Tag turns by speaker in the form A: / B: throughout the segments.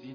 A: Si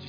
A: Tu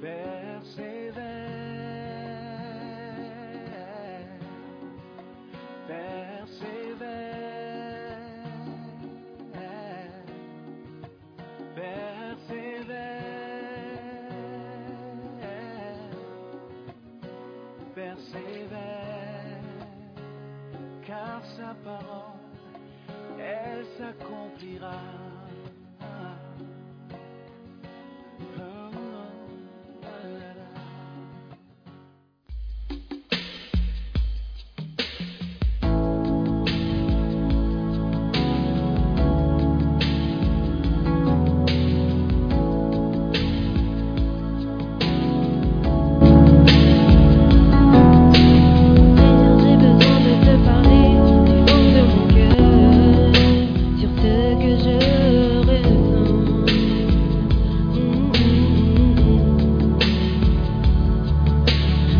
A: Persévère, persévère, persévère, persévère, car sa parole, elle s'accomplira.
B: J'ai besoin de te parler du fond de mon cœur sur ce que je ressens.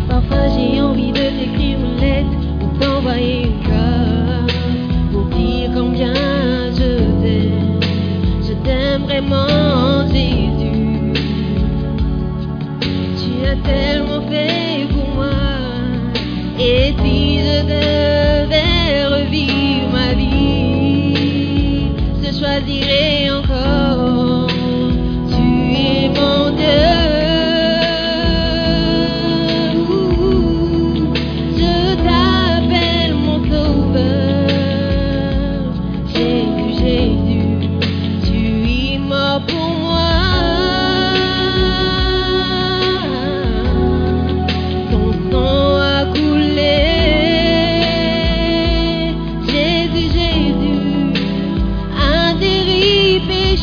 B: Parfois j'ai envie de t'écrire une lettre ou t'envoyer une carte pour dire combien je t'aime. Je t'aime vraiment, Jésus. Tu as tellement fait pour moi. Et si je devais revivre ma vie, je choisirais encore. Tu es mon Dieu. Je t'appelle mon sauveur. Jésus, Jésus, tu y mort pour moi. Ton sang a coulé, Jésus, Jésus, indéripé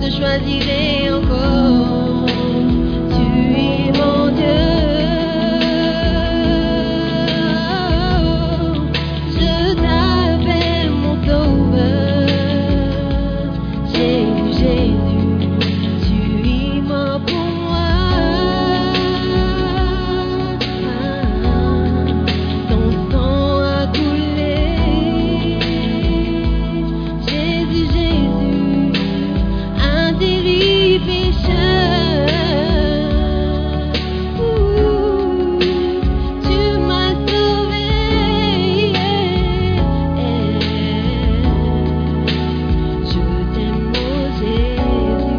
B: respirer encore. Tu es mon Dieu. Je t'appelle mon sauveur. Jésus, Jésus, tu es mort pour moi. Ton sang a coulé. Jésus, Jésus, un terrible pécheur. Ouh, Tu m'as sauvé. Je t'aime, oh Jésus.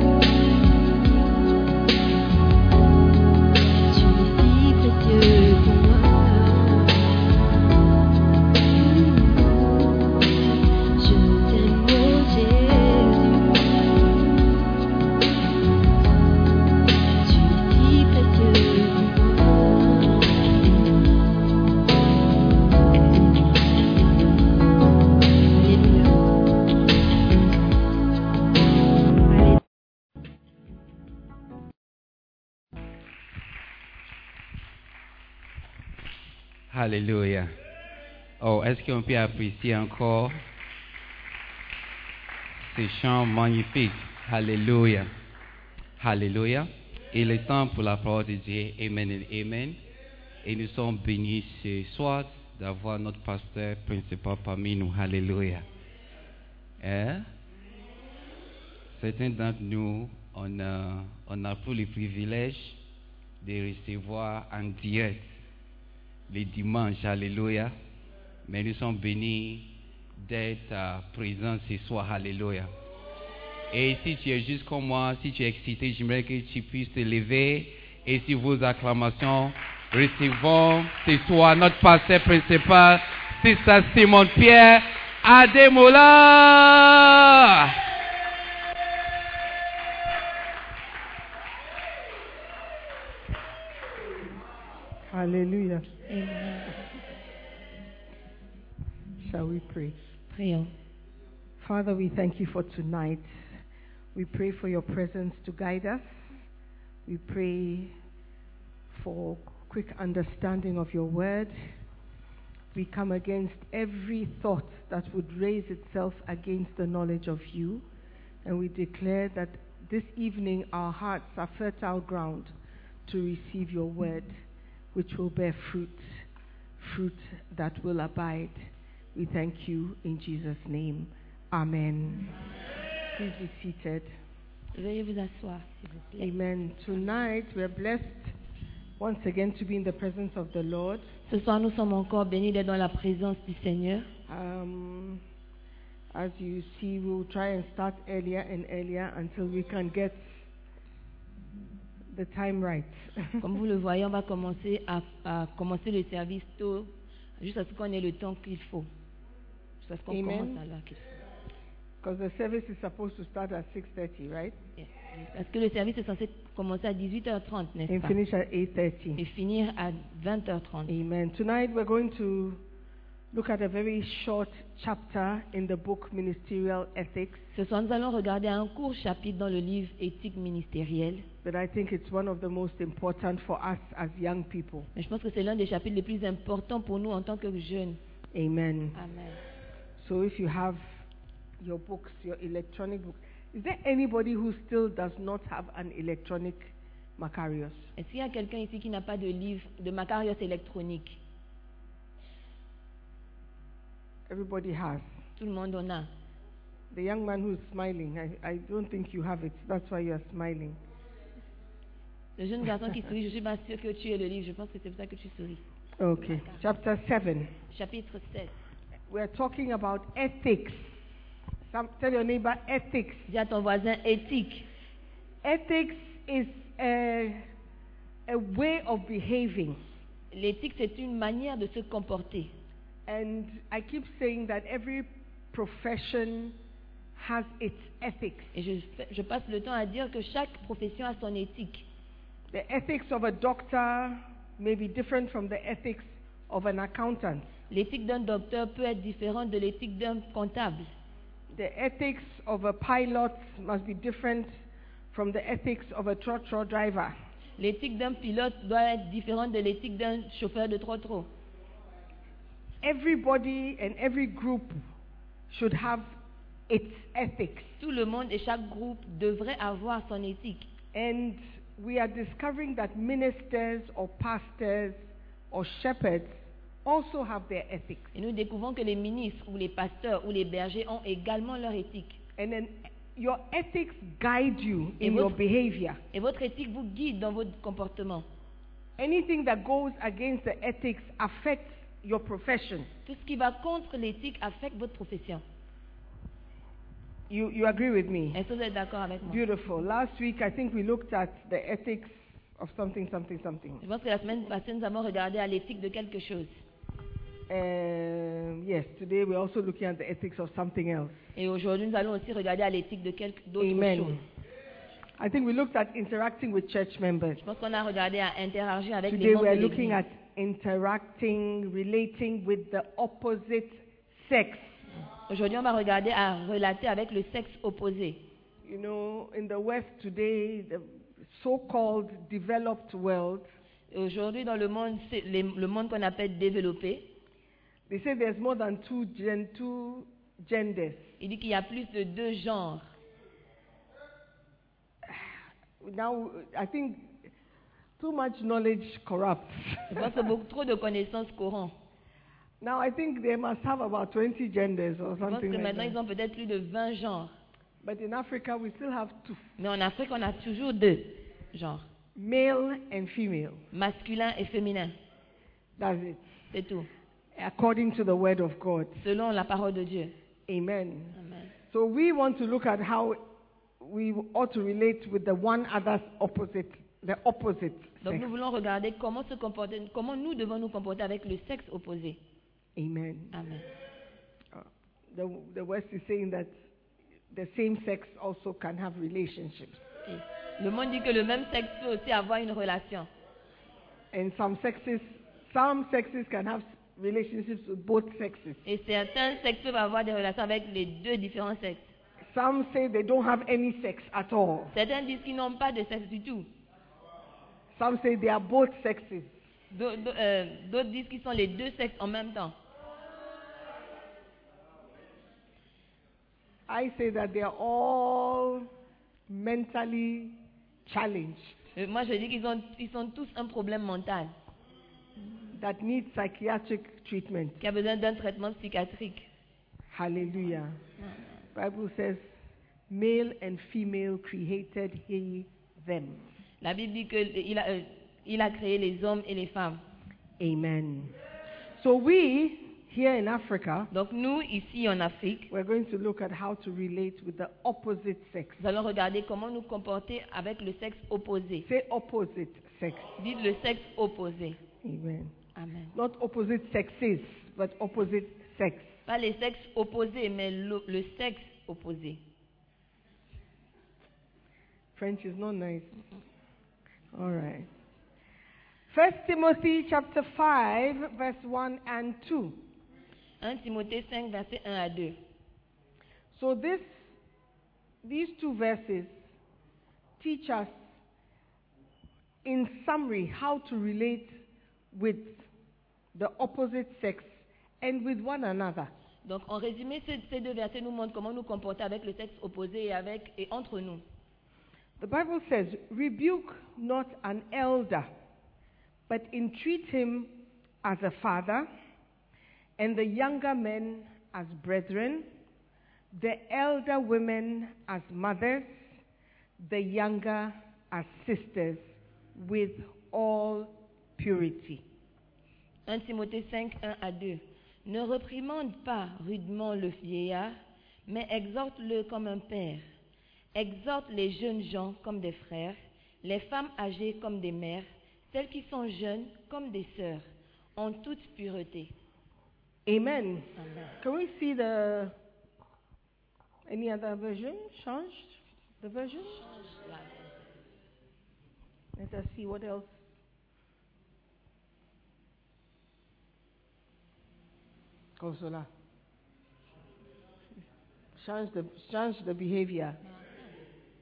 B: Tu es si précieux pour moi. Je t'aime, oh Jésus, tu es si précieux pour moi. Alléluia.
C: Alléluia. Oh, est-ce qu'on peut apprécier encore ces chants magnifiques? Alléluia. Alléluia. Il est temps pour la parole de Dieu. Amen et Amen. Et nous sommes bénis ce soir d'avoir notre pasteur principal parmi nous. Alléluia. Hein? Certains d'entre nous, on a, on a pour le privilège de recevoir en direct les dimanches, alléluia. Mais nous sommes bénis d'être euh, présents ce soir, alléluia. Et si tu es juste comme moi, si tu es excité, j'aimerais que tu puisses te lever. Et si vos acclamations, recevons ce soir notre pasteur principal, Sister Simon Pierre Ademola.
D: Hallelujah.
B: Amen.
D: Shall we pray?
B: Prions.
D: Father, we thank you for tonight. We pray for your presence to guide us. We pray for quick understanding of your word. We come against every thought that would raise itself against the knowledge of you. And we declare that this evening our hearts are fertile ground to receive your word, which will bear fruit, fruit that will abide. We thank you in Jesus' name. Amen. Please be seated.
B: Veuillez vous asseoir, s'il vous plaît.
D: Amen. Tonight we're blessed once again to be in the presence of the Lord.
B: Ce soir, nous sommes encore bénis d'être dans la présence du Seigneur.
D: Um, as you see, we'll try and start earlier and earlier until we can get the time right.
B: Comme vous le voyez, on va commencer à, à commencer le service tôt, jusqu'à ce qu'on ait le temps qu'il faut. Jusqu'à ce qu'on
D: Amen.
B: commence à l'heure qu'il faut.
D: Because the service is supposed to start at 6.30, right?
B: Yes. Parce que le service est censé commencer à 18h30, n'est-ce
D: And
B: pas
D: finish at
B: Et
D: 8.30.
B: finir à 20h30.
D: Amen. Tonight we're going to look at a very short chapter in the book Ministerial Ethics.
B: Ce soir, nous allons regarder un court chapitre dans le livre Éthique ministérielle.
D: But I think it's one of the most important for us as young people.
B: Mais je pense que c'est l'un des chapitres les plus importants pour nous en tant que jeunes.
D: Amen.
B: Amen.
D: So if you have your books, your electronic book, is there anybody who still does not have an electronic Macarius?
B: Est-ce qu'il y a quelqu'un ici qui n'a pas de livre de Macarius électronique
D: Everybody has.
B: Tout le monde en a.
D: The young man who's smiling, I, I don't think you have it. That's why you are smiling.
B: Le jeune garçon qui sourit, je suis pas sûre que tu aies le livre. Je pense que c'est pour ça que tu souris.
D: Okay. Chapter 7.
B: Chapitre 7.
D: We're talking about ethics. Some, tell your neighbor ethics.
B: Dis à ton voisin éthique.
D: Ethics is a, a way of behaving.
B: L'éthique, c'est une manière de se comporter.
D: And I keep saying that every profession has its ethics.
B: Et je, fais- je passe le temps à dire que chaque profession a son éthique.
D: The ethics of a doctor may be different from the ethics of an accountant.
B: L'éthique d'un docteur peut être différente de l'éthique d'un comptable.
D: The ethics of a pilot must be different from the ethics of a trotro driver.
B: L'éthique d'un pilote doit être différente de l'éthique d'un chauffeur de trottoir.
D: Everybody and every group should have its ethics.
B: Tout le monde et chaque groupe devrait avoir son éthique.
D: And we are discovering that ministers or pastors or shepherds also have their ethics.
B: Et nous découvrons que les ministres ou les pasteurs ou les bergers ont également leur éthique.
D: And then your ethics guide you
B: Et
D: in your
B: votre-
D: behavior.
B: Et votre éthique vous guide dans votre comportement.
D: Anything that goes against the ethics affects your profession.
B: Tout ce qui va contre l'éthique affecte votre profession.
D: You, you agree with me?
B: Est-ce que vous êtes d'accord avec moi
D: Beautiful. Last week, I think we looked at the ethics of something, something, something.
B: Je pense que la semaine passée, nous avons regardé à l'éthique de quelque chose.
D: Um, yes, today we're also looking at the ethics of something else.
B: Et aujourd'hui, nous allons aussi regarder à l'éthique de quelque d'autres choses.
D: Amen. I think we looked at interacting with church members.
B: Je pense qu'on a regardé à interagir avec les
D: Today
B: membres
D: we are
B: de
D: looking
B: l'église.
D: at interacting, relating with the opposite sex.
B: Aujourd'hui, on va regarder à relater avec le sexe opposé.
D: You know, in the West today, the so-called developed world,
B: Et Aujourd'hui, dans le monde, c'est les- le monde qu'on appelle développé,
D: they say there's more than two, gen- two genders.
B: il dit qu'il y a plus de deux genres.
D: Now, I think too much knowledge corrupts.
B: Je pense que beaucoup trop de connaissances courant.
D: now, I think they must have about 20 genders or
B: Je pense que
D: something like
B: maintenant,
D: that.
B: ils ont peut-être plus de 20 genres.
D: But in Africa, we still have two,
B: Mais en Afrique, on a toujours deux genres,
D: male and female.
B: masculin et féminin.
D: That's it.
B: C'est tout,
D: According to the word of God.
B: selon la parole de Dieu.
D: Amen.
B: Amen.
D: So we want to look at how we ought to relate with the one other's opposite, the opposite
B: Donc,
D: sex.
B: nous voulons regarder comment, se comporter, comment nous devons nous comporter avec le sexe opposé.
D: Amen. Uh,
B: Amen.
D: The, the West is saying that the same sex also can have relationships.
B: Et le monde dit que le même sexe peut aussi avoir une relation.
D: And some sexes, some sexes can have relationships with both sexes.
B: Et certains sexes peuvent avoir des relations avec les deux différents sexes.
D: Some say they don't have any sex at all.
B: Certains disent qu'ils n'ont pas de sexe du tout.
D: Some say they are both sexes.
B: D'au- d'au- euh, D'autres disent qu'ils sont les deux sexes en même temps.
D: I say that they are all mentally challenged
B: Euh, moi, je dis qu'ils ont, ils sont tous un problème mental
D: that need psychiatric treatment.
B: qui a besoin d'un traitement psychiatrique.
D: Hallelujah. Bible says, male and female created he them.
B: La Bible dit qu'il a, euh, il a créé les hommes et les femmes.
D: Amen. So we here in Africa,
B: Donc nous, ici en Afrique,
D: we're going to look at how to relate with the opposite sex.
B: nous allons regarder comment nous comporter avec le sexe opposé.
D: Say opposite sex.
B: Dites le sexe opposé.
D: Amen.
B: Amen.
D: Not opposite sexes, but opposite sex.
B: Pas les sexes opposés, mais le, le sexe opposé.
D: French is not nice. All right. First Timothy chapter 5 verse 1 and 2.
B: 1 Timothée 5, verset 1 à 2.
D: So this, these two verses teach us, in summary, how to relate with the opposite sex and with one another.
B: Donc, en résumé, ces, ces deux versets nous montrent comment nous comporter avec le sexe opposé et, avec, et entre nous.
D: The Bible says, "Rebuke not an elder, but entreat him as a father, and the younger men as brethren, the elder women as mothers, the younger as sisters, with all purity."
B: 1 Timothée 5, 1 à 2. Ne réprimande pas rudement le vieillard, mais exhorte-le comme un père. Exhorte les jeunes gens comme des frères, les femmes âgées comme des mères, celles qui sont jeunes comme des sœurs, en toute pureté.
D: Amen.
B: Amen.
D: Can we see the any other version? Changed the version? Let us see what else. Consola. Change the change the behavior.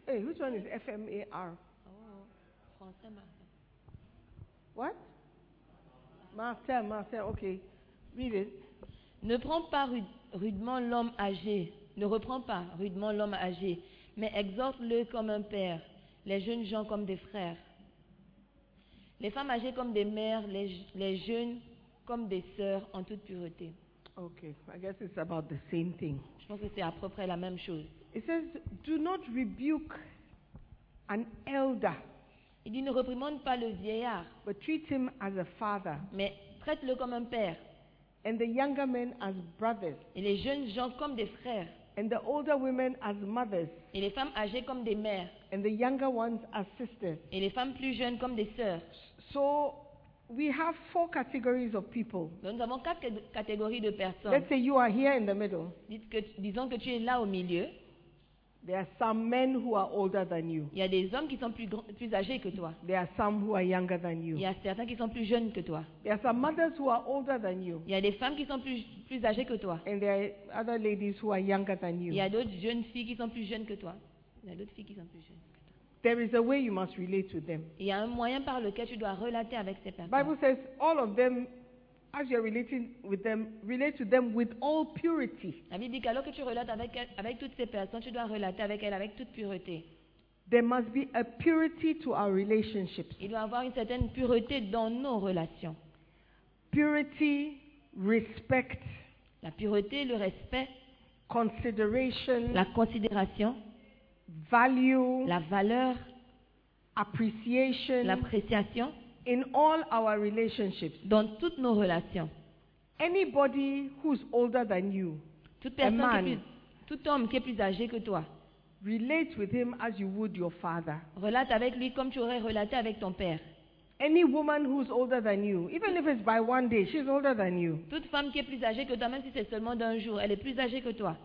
D: Hey, which one is FMAR?
B: Oh, français, Martin.
D: What? Martin, Martin, okay. Read it.
B: Ne prends pas rude- rudement l'homme âgé, ne reprends pas rudement l'homme âgé, mais exhorte-le comme un père, les jeunes gens comme des frères, les femmes âgées comme des mères, les, les jeunes comme des sœurs en toute pureté.
D: Okay, I guess it's about the same thing.
B: Je pense que c'est à peu près la même chose.
D: It says, Do not rebuke an elder,
B: Il dit ne reprimande pas le vieillard,
D: but treat him as a father,
B: mais traite-le comme un père,
D: and the younger men as brothers,
B: et les jeunes gens comme des frères,
D: and the older women as mothers,
B: et les femmes âgées comme des mères,
D: and the younger ones as sisters.
B: et les femmes plus jeunes comme des sœurs.
D: So we have four categories of people.
B: Donc nous avons quatre cate- catégories de personnes.
D: Let's say you are here in the middle.
B: Dites que- disons que tu es là au milieu.
D: There are some men who are older than you.
B: Il y a des hommes qui sont plus, grands- plus âgés que toi.
D: There are some who are younger than
B: Il y
D: you.
B: a certains qui sont plus jeunes que toi.
D: There are some mothers who are older than you.
B: Il y a des femmes qui sont plus, plus âgées que toi.
D: And there are other ladies who are younger than
B: Il y
D: you.
B: a d'autres jeunes filles qui sont plus jeunes que toi. Il y a d'autres filles qui sont plus jeunes que toi.
D: There is a way you must relate to them.
B: Il y a un moyen par lequel tu dois relater avec ces
D: Bible
B: personnes.
D: says all of them, as you're relating with them, relate to them with all purity.
B: La Bible dit qu'alors que tu relates avec, elle- avec toutes ces personnes, tu dois relater avec elles avec toute pureté.
D: There must be a purity to our relationships.
B: Il doit avoir une certaine pureté dans nos relations.
D: Purity, respect,
B: La pureté, le respect,
D: consideration,
B: la considération,
D: value,
B: la valeur,
D: appreciation
B: l'appréciation
D: in all our relationships.
B: dans toutes nos relations.
D: Anybody who's older than you,
B: Toute
D: Un
B: personne qui est
D: man.
B: plus- tout homme qui est plus âgé que toi,
D: relate with him as you would your father.
B: relate avec lui comme tu aurais relaté avec ton père.
D: Any woman who's older than you, even if it's by one day, she's older than you.
B: Toute femme qui est plus âgée que toi, même si c'est seulement d'un jour, elle est plus âgée que toi.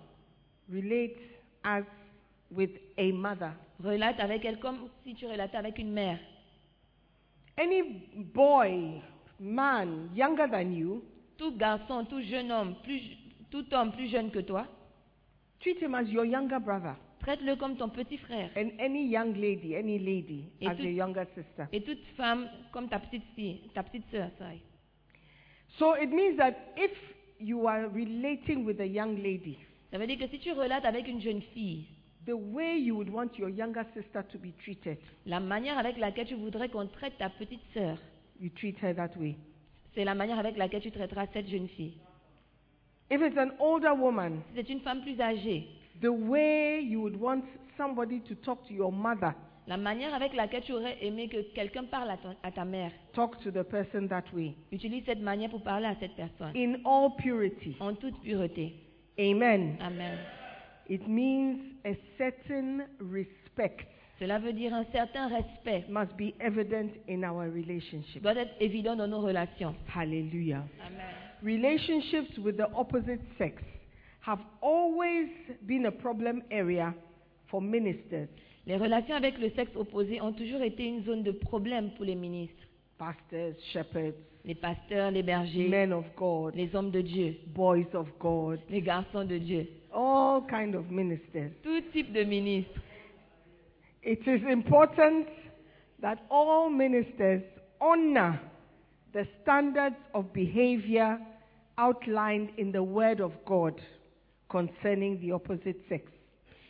D: Relate as with a mother.
B: Relate avec elle comme si tu relatais avec une mère.
D: Any boy, man, younger than you,
B: Tout garçon, tout jeune homme, plus, tout homme plus jeune que toi,
D: treat him as your younger brother.
B: traite-le comme ton petit frère.
D: And any young lady, any lady,
B: Et
D: as
B: tout-
D: your younger sister.
B: Et toute femme comme ta petite fille, ta petite sœur. sorry.
D: So it means that if you are relating with a young lady,
B: Ça veut dire que si tu relates avec une jeune fille,
D: the way you would want your younger sister to be treated,
B: la manière avec laquelle tu voudrais qu'on traite ta petite sœur,
D: you treat her that way.
B: c'est la manière avec laquelle tu traiteras cette jeune fille.
D: If it's an older woman,
B: Si c'est une femme plus âgée,
D: the way you would want somebody to talk to your mother,
B: La manière avec laquelle tu aurais aimé que quelqu'un parle à, ton- à ta mère,
D: talk to the person that way.
B: utilise cette manière pour parler à cette personne.
D: In all purity.
B: En toute pureté.
D: Amen.
B: Amen.
D: It means a certain respect
B: Cela veut dire un certain respect
D: must be evident in our relationship.
B: doit être évident dans nos relations.
D: Hallelujah.
B: Amen.
D: Relationships with the opposite sex have always been a problem area for ministers,
B: Les relations avec le sexe opposé ont toujours été une zone de problème pour les ministres,
D: pastors, shepherds,
B: les pasteurs, les bergers,
D: men of God,
B: les hommes de Dieu,
D: boys of God,
B: les garçons de Dieu,
D: all kind of ministers.
B: tout type de ministres.
D: It is important that all ministers honor the standards of behavior outlined in the Word of God concerning the opposite sex.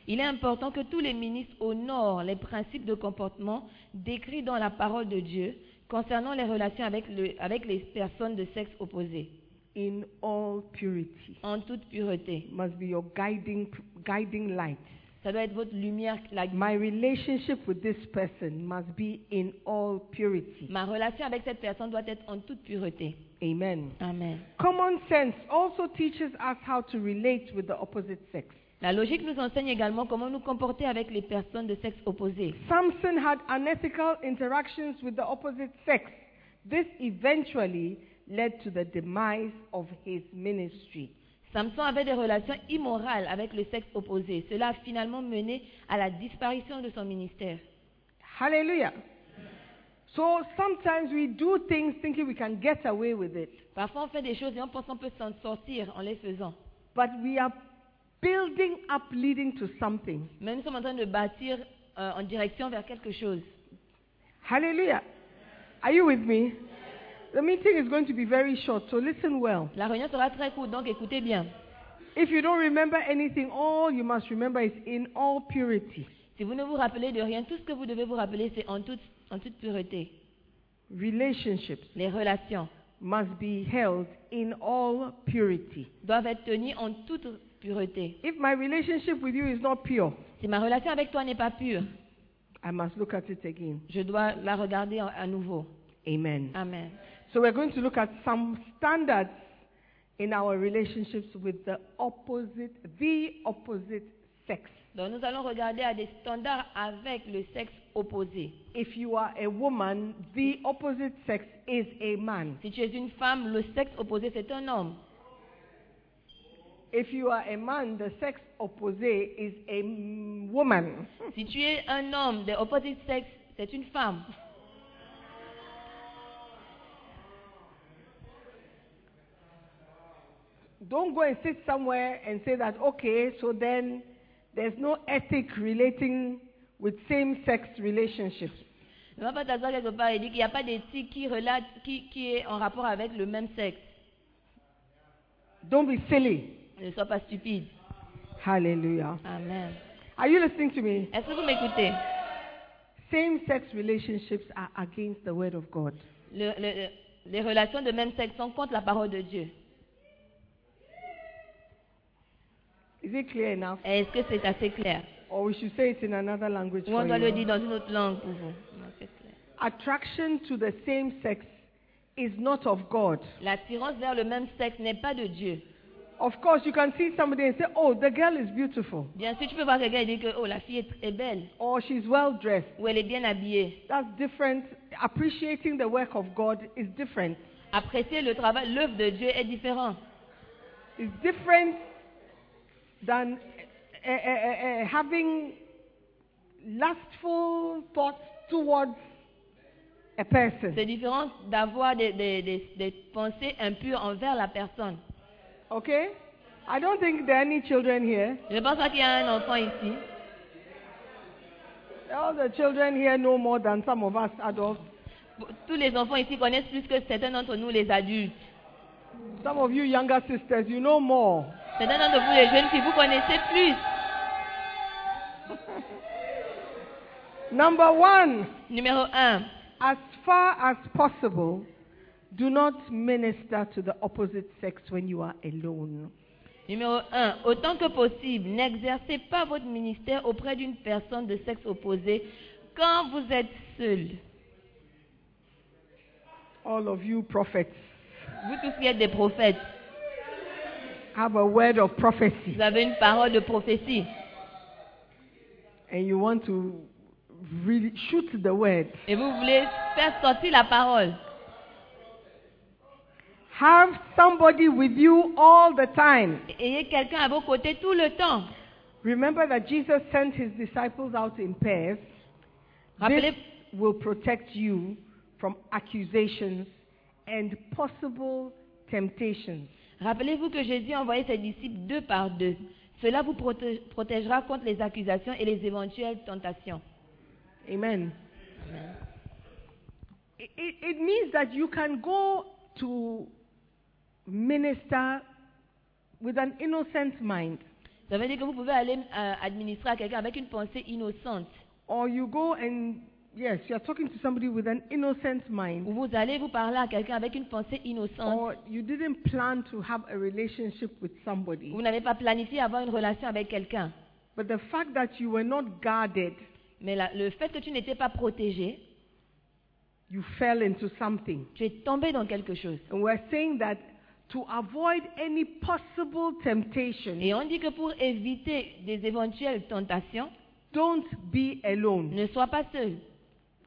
B: Il est important que tous les ministres honorent les principes de comportement décrits dans la parole de Dieu concernant les relations avec, le- avec les personnes de sexe opposé,
D: In all purity,
B: en toute pureté.
D: It must be your guiding guiding light.
B: Ça doit être votre lumière. la-
D: My relationship with this person must be in all purity.
B: ma relation avec cette personne doit être en toute pureté.
D: Amen.
B: Amen.
D: Common sense also teaches us how to relate with the opposite sex.
B: La logique nous enseigne également comment nous comporter avec les personnes de sexe opposé.
D: Samson had unethical interactions with the opposite sex. This eventually led to the demise of his ministry.
B: Samson avait des relations immorales avec le sexe opposé. Cela a finalement mené à la disparition de son ministère.
D: Hallelujah. So sometimes we do things thinking we can get away with it,
B: Parfois, on fait des choses et on pense qu'on peut s'en sortir en les faisant.
D: but we are building up leading to something.
B: Mais nous sommes en train de bâtir euh, en direction vers quelque chose.
D: Hallelujah. Are you with me? The meeting is going to be very short, so listen well.
B: La réunion sera très courte, donc écoutez bien.
D: If you don't remember anything, all you must remember is in all purity.
B: Si vous ne vous rappelez de rien, tout ce que vous devez vous rappeler, c'est en toute, en toute pureté.
D: Relationships
B: Les relations
D: must be held in all purity.
B: doivent être tenues en toute pureté.
D: If my relationship with you is not pure,
B: Si ma relation avec toi n'est pas pure,
D: I must look at it again.
B: je dois la regarder en- à nouveau.
D: Amen.
B: Amen.
D: So we're going to look at some standards in our relationships with the opposite, the opposite sex.
B: Donc nous allons regarder à des standards avec le sexe opposé.
D: If you are a woman, the opposite sex is a man.
B: Si tu es une femme, le sexe opposé, c'est un homme.
D: If you are a man, the sex opposite is a m- woman.
B: Si tu es un homme de opposite sexe, c'est une femme.
D: Don't go and sit somewhere and say that, okay, so then there's no ethic relating with same sex relationships.
B: Ne va pas t'asseoir quelque part et dire qu'il n'y a pas d'éthique qui relate, qui, qui est en rapport avec le même sexe.
D: Don't be silly.
B: Ne sois pas stupide.
D: Hallelujah.
B: Amen.
D: Are you listening to me?
B: Est-ce que vous m'écoutez
D: Same sex relationships are against the word of God.
B: Le- le- le- Les relations de même sexe sont contre la parole de Dieu.
D: Is it clear enough?
B: Est-ce que c'est assez clair
D: Or we should say it in another language.
B: Ou on
D: for
B: doit
D: you.
B: le dire dans une autre langue pour vous Non, c'est clair.
D: Attraction to the same sex is not of God.
B: L'attirance vers le même sexe n'est pas de Dieu.
D: Of course, you can see somebody and say, oh, the girl is beautiful.
B: Bien sûr, tu peux voir quelqu'un et dire que oh, la fille est très belle
D: Or she's well dressed.
B: ou elle est bien habillée.
D: That's different. Appreciating the work of God is different.
B: Apprécier le travail, l'œuvre de Dieu est différent.
D: It's different than eh, eh, eh, eh, having lustful thoughts towards a person.
B: C'est différent d'avoir des, des- des- des pensées impures envers la personne.
D: Okay? I don't think there are any children here.
B: Je pense pas qu'il y a un enfant ici.
D: All the children here know more than some of us adults.
B: Tous les enfants ici connaissent plus que certains d'entre nous, les adultes.
D: Some of you younger sisters, you know more.
B: Certains d'entre vous, les jeunes filles, vous connaissez plus.
D: Number one,
B: Numéro un,
D: as far as possible, do not minister to the opposite sex when you are alone.
B: Numéro 1. Autant que possible, n'exercez pas votre ministère auprès d'une personne de sexe opposé quand vous êtes seul.
D: All of you prophets,
B: Vous tous qui êtes des prophètes,
D: have a word of prophecy
B: vous avez une parole de prophétie
D: and you want to really shoot the word.
B: et vous voulez faire sortir la parole.
D: Have somebody with you all the time.
B: Ayez quelqu'un à vos côtés tout le temps.
D: Remember that Jesus sent his disciples out in pairs. This
B: Rappelez-
D: will protect you from accusations and possible temptations.
B: Rappelez-vous que Jésus a envoyé ses disciples deux par deux. Cela vous proté- protégera contre les accusations et les éventuelles tentations.
D: Amen. It, it- it means that you can go to minister with an innocent mind,
B: Ça veut dire que vous pouvez aller euh, administrer à quelqu'un avec une pensée innocente.
D: or you go and yes, you are talking to somebody with an innocent mind,
B: Ou vous allez vous parler à quelqu'un avec une pensée innocente.
D: or you didn't plan to have a relationship with somebody.
B: Vous n'avez pas planifié avoir une relation avec quelqu'un.
D: But the fact that you were not guarded,
B: Mais la- le fait que tu n'étais pas protégé,
D: you fell into something.
B: tu es tombé dans quelque chose.
D: And we're saying that to avoid any possible temptation,
B: Et on dit que pour éviter des éventuelles tentations,
D: don't be alone.
B: ne sois pas seul.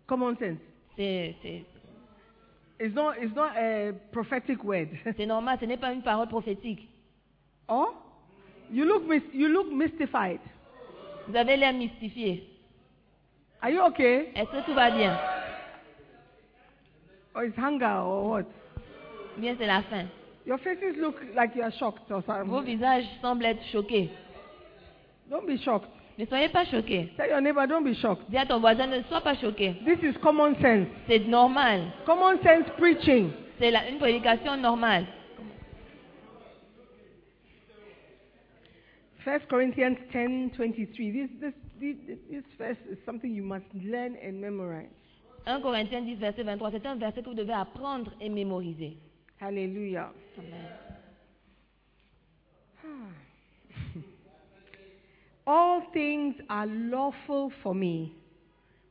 D: Common sense.
B: C'est- C'est
D: It's not, it's not a prophetic word.
B: c'est normal, ce n'est pas une parole prophétique.
D: or you look, mis- you look mystified.
B: Vous avez l'air mystifié.
D: Are you okay?
B: Est-ce que tout va bien
D: Or it's hunger or what?
B: Ou Bien, c'est la fin.
D: Your faces look like you are shocked or
B: Vos
D: something.
B: visages semblent être choqués.
D: Don't be shocked.
B: Ne soyez pas choqués.
D: Tell your neighbor, don't be shocked.
B: Dis à ton voisin, ne sois pas choqué.
D: This is common sense.
B: C'est normal.
D: Common sense preaching.
B: C'est la- une prédication normale.
D: 1 Corinthians 10 23. This, this, this, this verse is something you must learn and memorize.
B: 1 Corinthiens 10, verset 23. C'est un verset que vous devez apprendre et mémoriser.
D: Hallelujah. All things are lawful for me,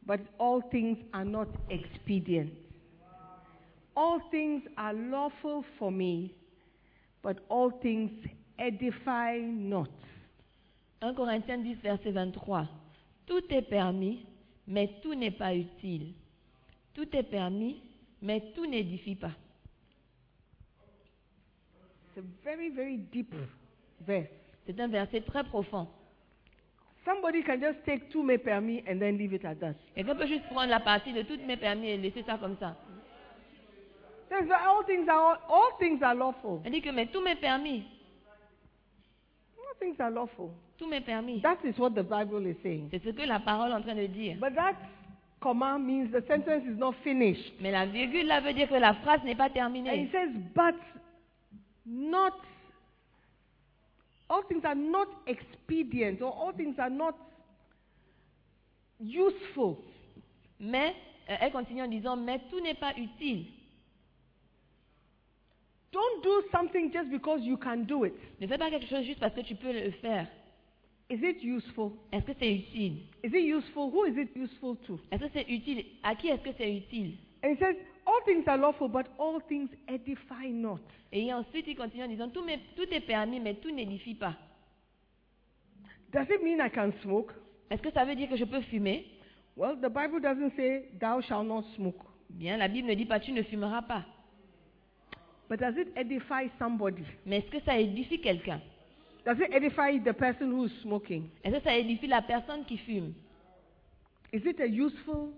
D: but all things are not expedient. All things are lawful for me, but all things edify not.
B: 1 Corinthiens 10, verset 23. Tout est permis, mais tout n'est pas utile. Tout est permis, mais tout n'édifie pas.
D: It's a very, very deep verse.
B: C'est un verset très profond.
D: Somebody can just take two may permis and then leave it at that.
B: Quelqu'un peut juste prendre la partie de toutes mes permis et laisser ça comme ça.
D: That's why all things are all, all things are lawful.
B: Elle dit que mais tout m'est permis,
D: All things are lawful.
B: tout m'est permis.
D: That is what the Bible is saying.
B: C'est ce que la parole est en train de dire.
D: But that comma means the sentence is not finished.
B: Mais la virgule là veut dire que la phrase n'est pas
D: And he
B: terminée.
D: says, but not all things are not expedient or all things are not useful.
B: Mais euh, elle continue en disant mais tout n'est pas utile.
D: Don't do something just because you can do it.
B: Ne fais pas quelque chose juste parce que tu peux le faire.
D: Is it useful?
B: Est-ce que c'est utile
D: Is it useful? Who is it useful to?
B: Est-ce que c'est utile À qui est-ce que c'est utile
D: And he says, all things are lawful, but all things edify not.
B: Et ensuite il continue en disant tout, m'est- tout est permis mais tout n'édifie pas.
D: Does it mean I can smoke?
B: Est-ce que ça veut dire que je peux fumer
D: Well, the Bible doesn't say thou shalt not smoke.
B: Bien, la Bible ne dit pas tu ne fumeras pas.
D: But does it edify somebody?
B: Mais est-ce que ça édifie quelqu'un
D: Does it edify the person who is smoking?
B: Est-ce que ça édifie la personne qui fume
D: Is it a useful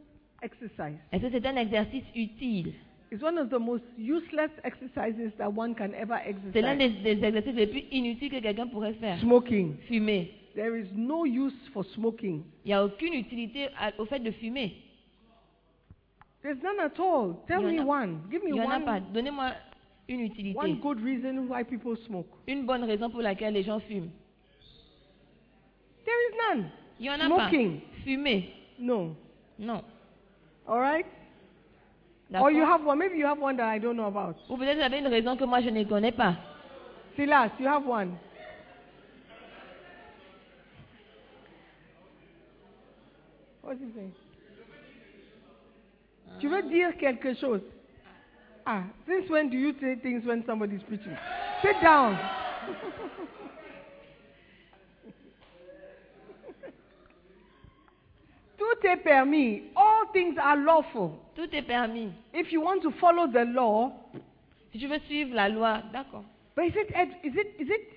D: exercise?
B: Est-ce que c'est un exercice utile
D: It's one of the most useless exercises that one can ever
B: C'est l'un
D: exercise.
B: des, des exercices les plus inutiles que quelqu'un pourrait faire.
D: Smoking.
B: Fumer.
D: There is no use for smoking.
B: Il n'y a aucune utilité à- au fait de fumer.
D: There's none at all. Tell
B: Il y
D: me
B: en a-
D: one. Give
B: Il
D: me
B: n'y en a pas.
D: one,
B: Donnez-moi une utilité.
D: one good reason why people smoke.
B: Une bonne raison pour laquelle les gens fument.
D: There is none.
B: Il n'y en a
D: Smoking.
B: pas. Fumer.
D: No.
B: Non.
D: All right?
B: D'accord
D: Or you have one. Maybe you have one that I don't know about.
B: Ou peut-être vous avez une raison que moi je ne connais pas.
D: Silas, you have one. What's he saying? Tu veux dire quelque chose? Ah, since when do you say things when somebody's preaching? Sit down. Tout est permis. All things are lawful.
B: Tout est permis.
D: If you want to follow the law,
B: Si tu veux suivre la loi, d'accord.
D: but is it ed- is it is it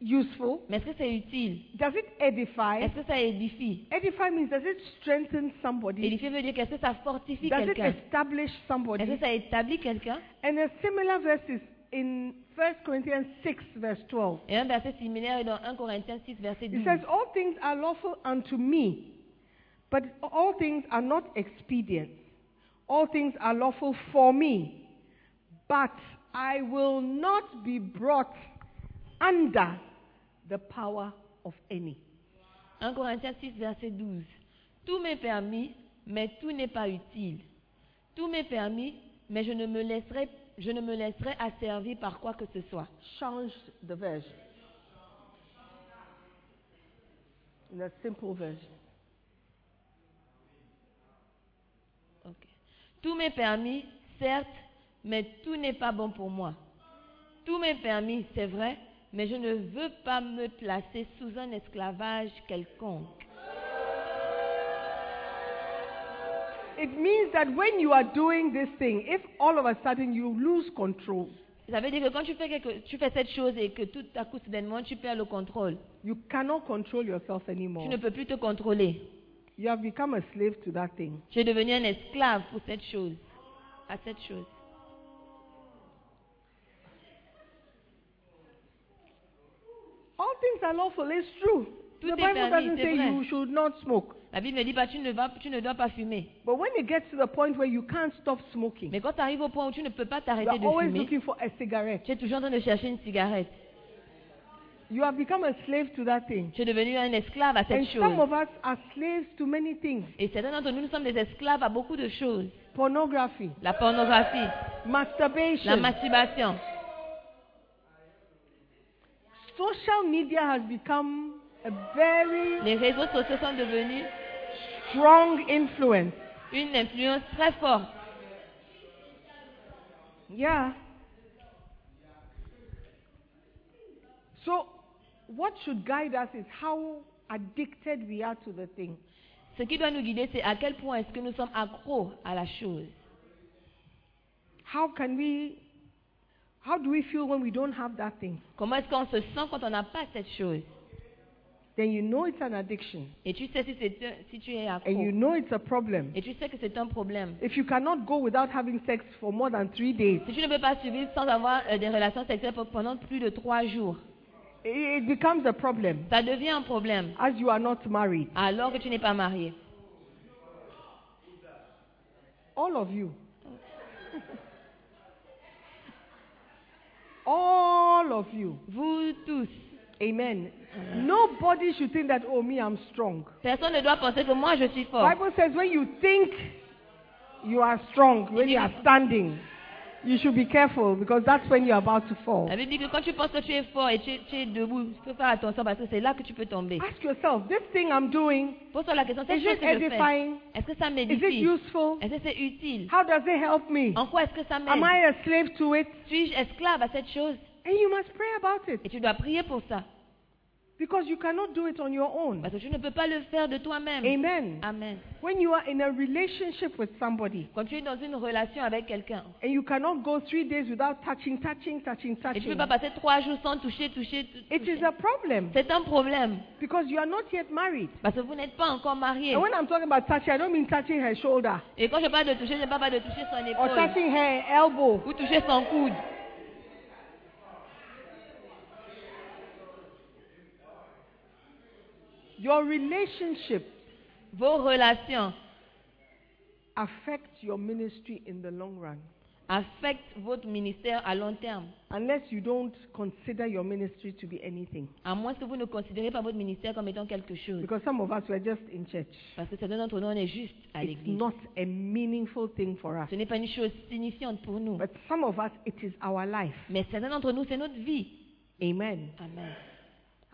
D: useful?
B: Mais est-ce que c'est utile
D: Does it edify?
B: Est-ce que ça édifie
D: Edify means does it strengthen somebody?
B: Édifier veut dire qu'est-ce que ça fortifie
D: Does
B: quelqu'un
D: it establish
B: Est-ce que
D: somebody?
B: ça établit quelqu'un
D: And a similar verses in 1 Corinthians 6, verse 12.
B: Et un verset similaire est dans 1 Corinthiens 6, verset 12.
D: It says, All things are lawful unto me, but all things are not expedient. All things are lawful for me, but I will not be brought under the power of any.
B: 1 Corinthiens 6, verset 12. Tout m'est permis, mais tout n'est pas utile. Tout m'est permis, mais je ne me laisserai, je ne me laisserai asservir par quoi que ce soit.
D: Change the version. In a simple version.
B: Ok. Tout m'est permis, certes, mais tout n'est pas bon pour moi. Tout m'est permis, c'est vrai, mais je ne veux pas me placer sous un esclavage quelconque.
D: It means that when you are doing this thing, if all of a sudden you lose control,
B: Ça veut dire que quand tu fais, quelque- tu fais cette chose et que tout à coup, soudainement, tu perds le contrôle,
D: you cannot control yourself
B: tu ne
D: anymore.
B: peux plus te contrôler.
D: You have become a slave to that thing.
B: Je suis devenu un esclave pour cette chose, à cette chose.
D: All things are lawful, it's true.
B: Tout
D: the
B: est
D: Bible
B: permis,
D: doesn't
B: c'est
D: say
B: vrai.
D: you should not smoke.
B: La Bible ne dit pas tu ne, vas- tu ne dois pas fumer.
D: But when it gets to the point where you can't stop smoking,
B: Mais quand tu arrives au point où tu ne peux pas
D: you
B: t'arrêter
D: are
B: de
D: Bah, always
B: fumer,
D: looking for a cigarette.
B: tu es toujours en train de chercher une cigarette.
D: You have become a slave to that thing.
B: Tu es devenu un esclave à cette
D: And some
B: chose.
D: of us are slaves to many things.
B: Et certains d'entre nous, nous sommes des esclaves à beaucoup de choses.
D: Pornography,
B: La pornographie, la
D: masturbation.
B: masturbation.
D: Social media has become a very
B: Les réseaux sociaux sont devenus
D: strong influence.
B: une influence très forte.
D: Yeah. So, what should guide us is how addicted we are to the thing.
B: Ce qui doit nous guider, c'est à quel point est-ce que nous sommes accros à la chose.
D: How can we, how do we feel when we don't have that thing?
B: Comment est-ce qu'on se sent quand on n'a pas cette chose
D: Then you know it's an addiction
B: Et tu sais si, c'est un- si tu es accro.
D: and you know it's a problem.
B: Et tu sais que c'est un problème.
D: If you cannot go without having sex for more than three days,
B: Si tu ne peux pas survivre sans avoir euh, des relations sexuelles pe- pendant plus de trois jours,
D: it it becomes a problem
B: ça devient un problème
D: as you are not married.
B: alors que tu n'es pas marié.
D: All of you. All of you.
B: Vous tous,
D: Amen. Nobody should think that, oh, me, I'm strong.
B: personne ne doit penser que moi je suis fort.
D: Bible says when you think you are strong, when you are standing, you should be careful because that's when you're about to fall.
B: La Bible dit que quand tu penses que tu es fort et tu, tu es debout, tu peux faire attention parce que c'est là que tu peux tomber.
D: Ask yourself, this thing I'm doing,
B: Pose-toi la question, cette
D: Ah. Is
B: chose
D: it
B: que je fais,
D: edifying?
B: est-ce que ça
D: is it
B: m'édifie
D: useful?
B: Est-ce que c'est utile
D: How does it help me?
B: En quoi est-ce que ça
D: Am
B: m'aide
D: I a slave to it?
B: Suis-je esclave à cette chose
D: And you must pray about
B: Et
D: it
B: tu dois prier pour ça
D: because you cannot do it on your own.
B: parce que tu ne peux pas le faire de toi-même.
D: Amen.
B: Amen.
D: When you are in a relationship with somebody
B: Quand tu es dans une relation avec quelqu'un,
D: and you cannot go three days without touching, touching, touching,
B: Et tu
D: touching,
B: ne peux pas passer trois jours sans toucher, toucher, tou-
D: it
B: toucher.
D: is a problem
B: C'est un problème
D: because you are not yet married.
B: parce que vous n'êtes pas encore marié.
D: And when I'm talking about touching, I don't mean touching her shoulder
B: Et quand je parle de toucher, je ne parle pas de toucher son
D: or
B: épaule
D: touching her elbow.
B: ou toucher son coude.
D: Your relationship
B: Vos relations
D: affects your ministry in the long run
B: affectent votre ministère à long terme,
D: unless you don't consider your ministry to be anything.
B: à moins que vous ne considérez pas votre ministère comme étant quelque chose.
D: Because some of us were just in church.
B: Parce que certains d'entre nous, on est juste à
D: It's
B: l'église.
D: not a meaningful thing for us.
B: Ce n'est pas une chose signifiante pour nous.
D: But some of us, it is our life.
B: Mais certains d'entre nous, c'est notre vie.
D: Amen.
B: Amen.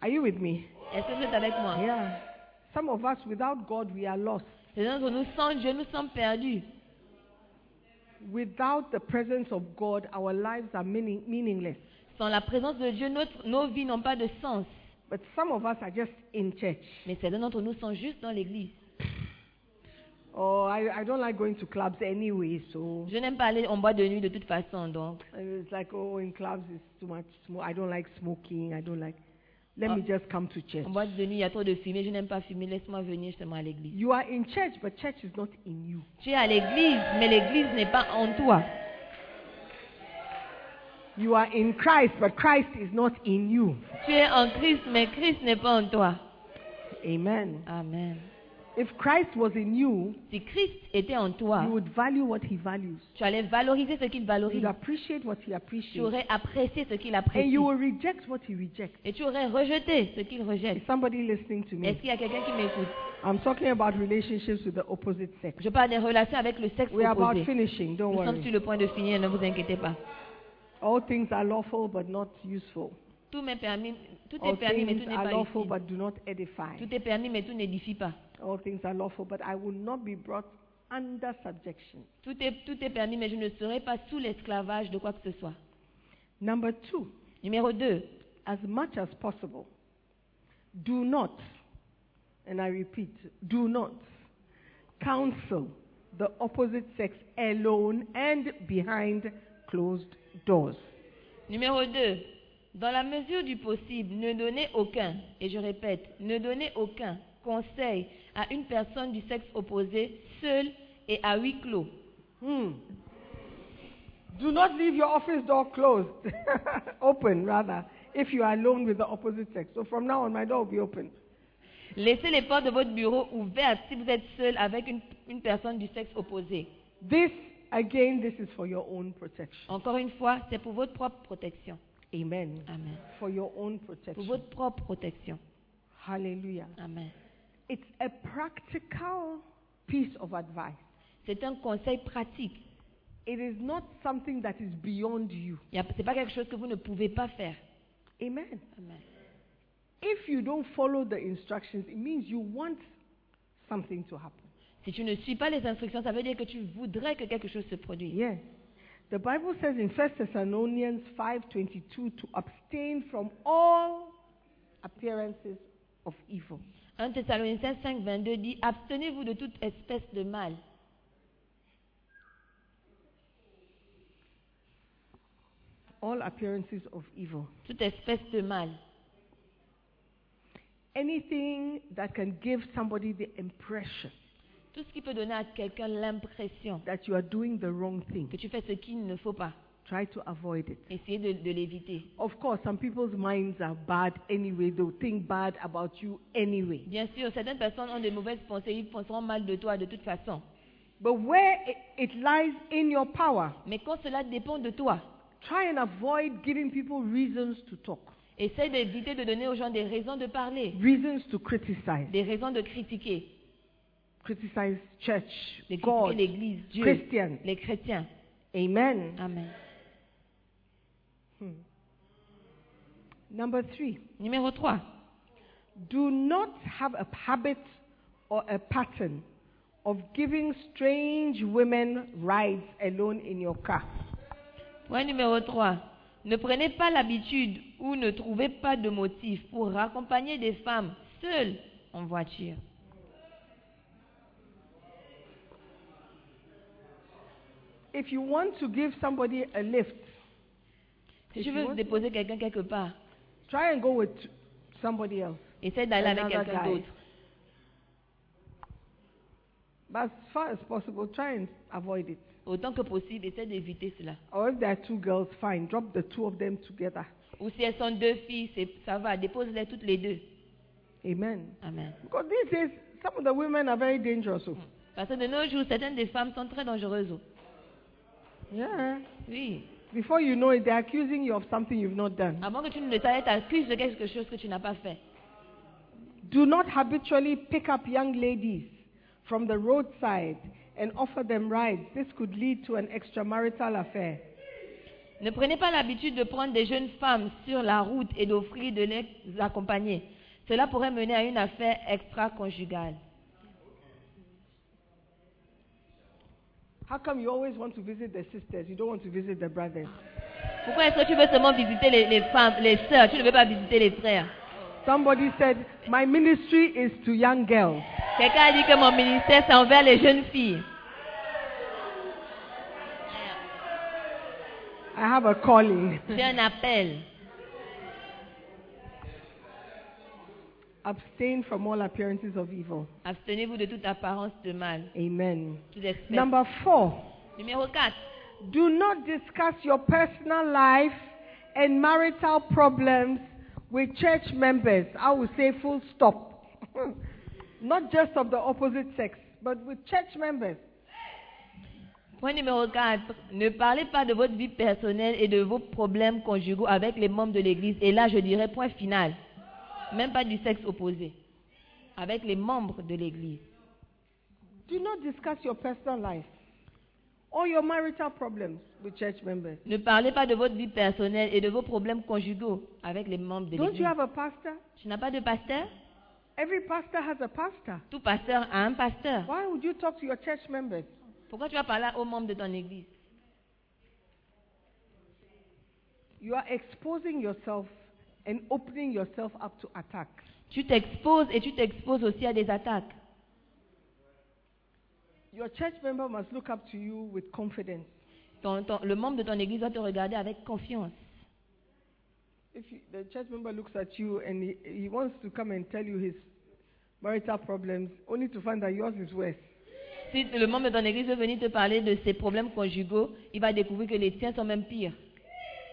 D: Are you with me?
B: Est-ce que vous êtes avec moi
D: Yeah. Some of us, without God, we are lost.
B: Certains d'entre nous, sans Dieu, nous sommes perdus.
D: Without the presence of God, our lives are meaning- meaningless.
B: Sans la présence de Dieu, notre- nos vies n'ont pas de sens.
D: But some of us are just in church.
B: Mais certains d'entre nous sont juste dans l'église.
D: Oh, I, I don't like going to clubs anyway, so
B: Je n'aime pas aller en boîte de nuit de toute façon, donc.
D: And it's like, oh, in clubs it's too much smoke. I don't like smoking. I don't like. Let me just come to church.
B: En boîte de nuit, il y a trop de fumée. Je n'aime pas fumer. Laisse-moi venir justement à l'église.
D: You are in church, but church is not in you.
B: Tu es à l'église, mais l'église n'est pas en toi.
D: You are in Christ, but Christ is not in you.
B: Tu es en Christ, mais Christ n'est pas en toi.
D: Amen.
B: Amen.
D: If Christ was in you,
B: Si Christ était en toi,
D: you would value what he values.
B: tu allais valoriser ce qu'il valorise.
D: You'd appreciate what he
B: Tu
D: appreciates.
B: aurais apprécié ce qu'il
D: And
B: apprécie.
D: you will reject what he rejects.
B: Et tu aurais rejeté ce qu'il
D: Is
B: rejette.
D: somebody listening to
B: Est-ce
D: me?
B: qu'il y a quelqu'un qui m'écoute
D: I'm talking about relationships with the opposite sex.
B: Je parle des relations avec le sexe
D: We're about
B: opposé.
D: finishing, don't
B: Nous sommes sur
D: worry.
B: le point de finir, ne vous inquiétez pas.
D: All things are lawful but not useful.
B: Tout m'est permis, tout est
D: All
B: permis, mais
D: things
B: tout n'est
D: are
B: pas
D: lawful
B: utile.
D: but do not edify.
B: Tout est permis, mais tout n'édifie pas.
D: All things are lawful, but I will not be brought under subjection.
B: Tout est, tout est permis, mais je ne serai pas sous l'esclavage de quoi que ce soit.
D: Number two,
B: Numéro 2.
D: as much as possible, do not, and I repeat, do not counsel the opposite sex alone and behind closed doors.
B: Numéro 2. Dans la mesure du possible, ne donnez aucun, et je répète, ne donnez aucun conseil à une personne du sexe opposé, seule et à huis clos.
D: Hmm. Do not leave your office door closed, open rather, if you are alone with the opposite sex. So from now on, my door will be open.
B: Laissez les portes de votre bureau ouvertes si vous êtes seul avec une, une personne du sexe opposé.
D: This, again, this is for your own protection.
B: Encore une fois, c'est pour votre propre protection.
D: Amen.
B: Amen.
D: For your own
B: Pour
D: protection.
B: votre propre protection.
D: Hallelujah.
B: Amen.
D: It's a practical piece of advice.
B: C'est un conseil pratique.
D: It is not something that is beyond you.
B: Ce n'est pas quelque chose que vous ne pouvez pas faire.
D: Amen.
B: Amen.
D: If you don't follow the instructions, it means you want something to happen.
B: Si tu ne suis pas les instructions, ça veut dire que tu voudrais que quelque chose se produise.
D: Yes. The Bible says in 1 Thessalonians 5:22 to abstain from all appearances of evil.
B: 1 Thessaloniciens 5, 22 dit Abstenez-vous de toute espèce de mal.
D: All appearances of evil.
B: Toute espèce de mal.
D: Anything that can give somebody the impression
B: Tout ce qui peut donner à quelqu'un l'impression
D: that you are doing the wrong
B: que
D: thing,
B: tu fais ce qu'il ne faut pas.
D: try to avoid it.
B: Essayez de, de l'éviter.
D: Of course, some people's minds are bad anyway. They'll think bad about you anyway.
B: Bien sûr, certaines personnes ont de mauvaises pensées, ils penseront mal de toi de toute façon.
D: But where it, it lies in your power,
B: Mais quand cela dépend de toi,
D: try and avoid giving people reasons to talk,
B: essaie d'éviter de donner aux gens des raisons de parler,
D: reasons to criticize.
B: des raisons de critiquer,
D: criticize church,
B: de critiquer
D: God,
B: l'Église, Dieu,
D: Christians.
B: les chrétiens.
D: Amen.
B: Amen.
D: Number three,
B: Numéro 3.
D: do not have a habit or a pattern of giving strange women rides alone in your car.
B: Point numéro 3. Ne prenez pas l'habitude ou ne trouvez pas de motif pour accompagner des femmes seules en voiture.
D: If you want to give somebody a lift,
B: Si
D: If
B: tu
D: you
B: veux
D: want-
B: déposer quelqu'un quelque part,
D: try and go with somebody else.
B: essaie d'aller avec
D: Another
B: quelqu'un
D: guy.
B: d'autre.
D: But as far as possible, try and avoid it.
B: Autant que possible, essaie d'éviter cela.
D: Or if there are two girls, fine, drop the two of them together.
B: Ou si elles sont deux filles, c'est- ça va, dépose-les toutes les deux.
D: Amen.
B: Amen.
D: Because these days, some of the women are very dangerous. oh.
B: Parce que de nos jours, certaines des femmes sont très dangereuses. oh.
D: Yeah.
B: Oui.
D: Before you know it, they're accusing you of something you've not done.
B: Avant que tu ne t'arrêtes, t'accuses de quelque chose que tu n'as pas fait.
D: Do not habitually pick up young ladies from the roadside and offer them rides. This could lead to an extramarital affair.
B: Ne prenez pas l'habitude de prendre des jeunes femmes sur la route et d'offrir de les accompagner. Cela pourrait mener à une affaire extra-conjugale.
D: How come you always want to visit the sisters? You don't want to visit the brothers.
B: Pourquoi est-ce que tu veux seulement visiter les, les femmes, les sœurs Tu ne veux pas visiter les frères.
D: Somebody said, My ministry is to young girls.
B: Quelqu'un a dit que mon ministère, c'est envers les jeunes filles.
D: I have a calling.
B: C'est un appel.
D: Abstain from all appearances of evil.
B: Abstenez-vous de toute apparence de mal.
D: Amen.
B: Toute espèce.
D: Number four.
B: Numéro 4.
D: Do not discuss your personal life and marital problems with church members. I will say full stop. not just of the opposite sex, but with church members.
B: Point numéro 4. Ne parlez pas de votre vie personnelle et de vos problèmes conjugaux avec les membres de l'Église. Et là, je dirais point final. Même pas du sexe opposé. Avec les membres de l'Église.
D: Do not discuss your personal life or your marital problems with church members.
B: Ne parlez pas de votre vie personnelle et de vos problèmes conjugaux avec les membres de
D: Don't you
B: l'Église.
D: have a pastor?
B: Tu n'as pas de pasteur
D: Every pastor has a pastor.
B: Tout pasteur a un pasteur.
D: Why would you talk to your church members?
B: Pourquoi tu vas parler aux membres de ton Église
D: You are exposing yourself and opening yourself up to attack.
B: Tu t'exposes et tu t'exposes aussi à des attaques.
D: Your church member must look up to you with confidence.
B: Ton- ton- le membre de ton Église doit te regarder avec confiance.
D: If you, the church member looks at you and he, he wants to come and tell you his marital problems, only to find that yours is worse.
B: Si le membre de ton église veut venir te parler de ses problèmes conjugaux, il va découvrir que les tiens sont même pires.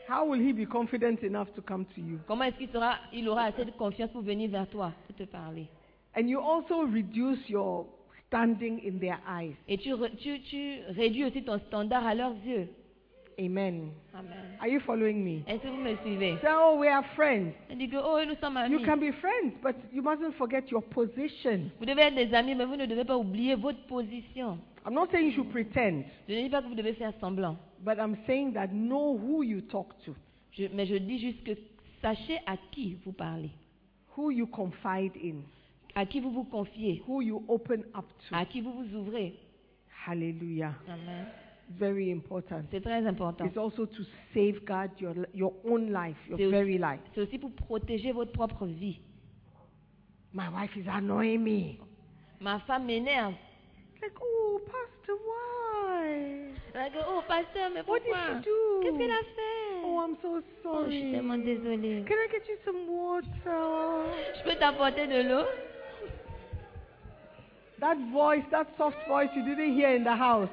D: How will he be confident enough to come to you?
B: Comment est-ce qu'il sera, il aura assez de confiance pour venir vers toi, pour te parler
D: And you also reduce your standing in their eyes.
B: Et tu, re- tu- tu réduis aussi ton standard à leurs yeux.
D: Amen.
B: Amen.
D: Are you following me?
B: Est-ce que vous me suivez?
D: Say, oh, we are friends.
B: On dit que, oh, nous sommes amis.
D: You can be friends, but you mustn't forget your position.
B: Vous devez être des amis, mais vous ne devez pas oublier votre position.
D: I'm not saying you should pretend,
B: Je ne dis pas que vous devez faire semblant.
D: but I'm saying that know who you talk to,
B: Je- mais je dis juste que sachez à qui vous parlez,
D: who you confide in,
B: à qui vous vous confiez,
D: who you open up to.
B: à qui vous vous ouvrez.
D: Hallelujah.
B: Amen.
D: Very important.
B: C'est très important.
D: It's also to safeguard your, your own life, your
B: C'est aussi-
D: very life.
B: C'est aussi pour protéger votre propre vie.
D: My wife is annoying me.
B: Ma femme m'énerve.
D: Like, oh, Pastor, why?
B: Elle dit, Oh, pasteur, mais
D: What did
B: pourquoi
D: you do?
B: Qu'est-ce qu'elle a fait
D: Oh, I'm so
B: Oh, je suis
D: sorry.
B: tellement désolée.
D: Can I get you some water?
B: Je peux t'apporter de l'eau
D: That voice, that soft voice you didn't hear in the house,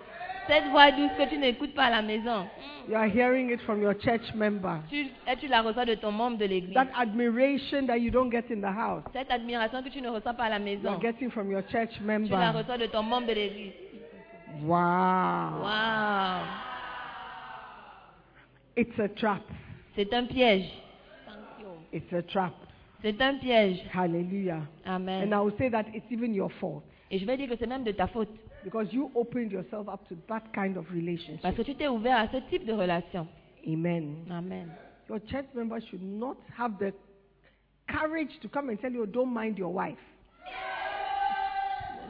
B: Cette voix douce que tu n'écoutes pas à la maison,
D: you are hearing it from your church member.
B: tu, et tu la reçois de ton membre de l'église.
D: That admiration that you don't get in the house,
B: Cette admiration que tu ne reçois pas à la
D: you are
B: maison,
D: getting from your church
B: tu la
D: member.
B: reçois de ton membre de l'église.
D: Wow.
B: Waouh
D: It's a trap.
B: C'est un piège.
D: It's a trap.
B: C'est un piège.
D: Hallelujah.
B: Amen.
D: And I will say that it's even your fault
B: Et je vais dire que c'est même de ta faute.
D: because you opened yourself up to that kind of relationship.
B: Parce que tu t'es ouvert à ce type de relation.
D: Amen.
B: Amen.
D: Your church member should not have the courage to come and tell you, don't mind your wife.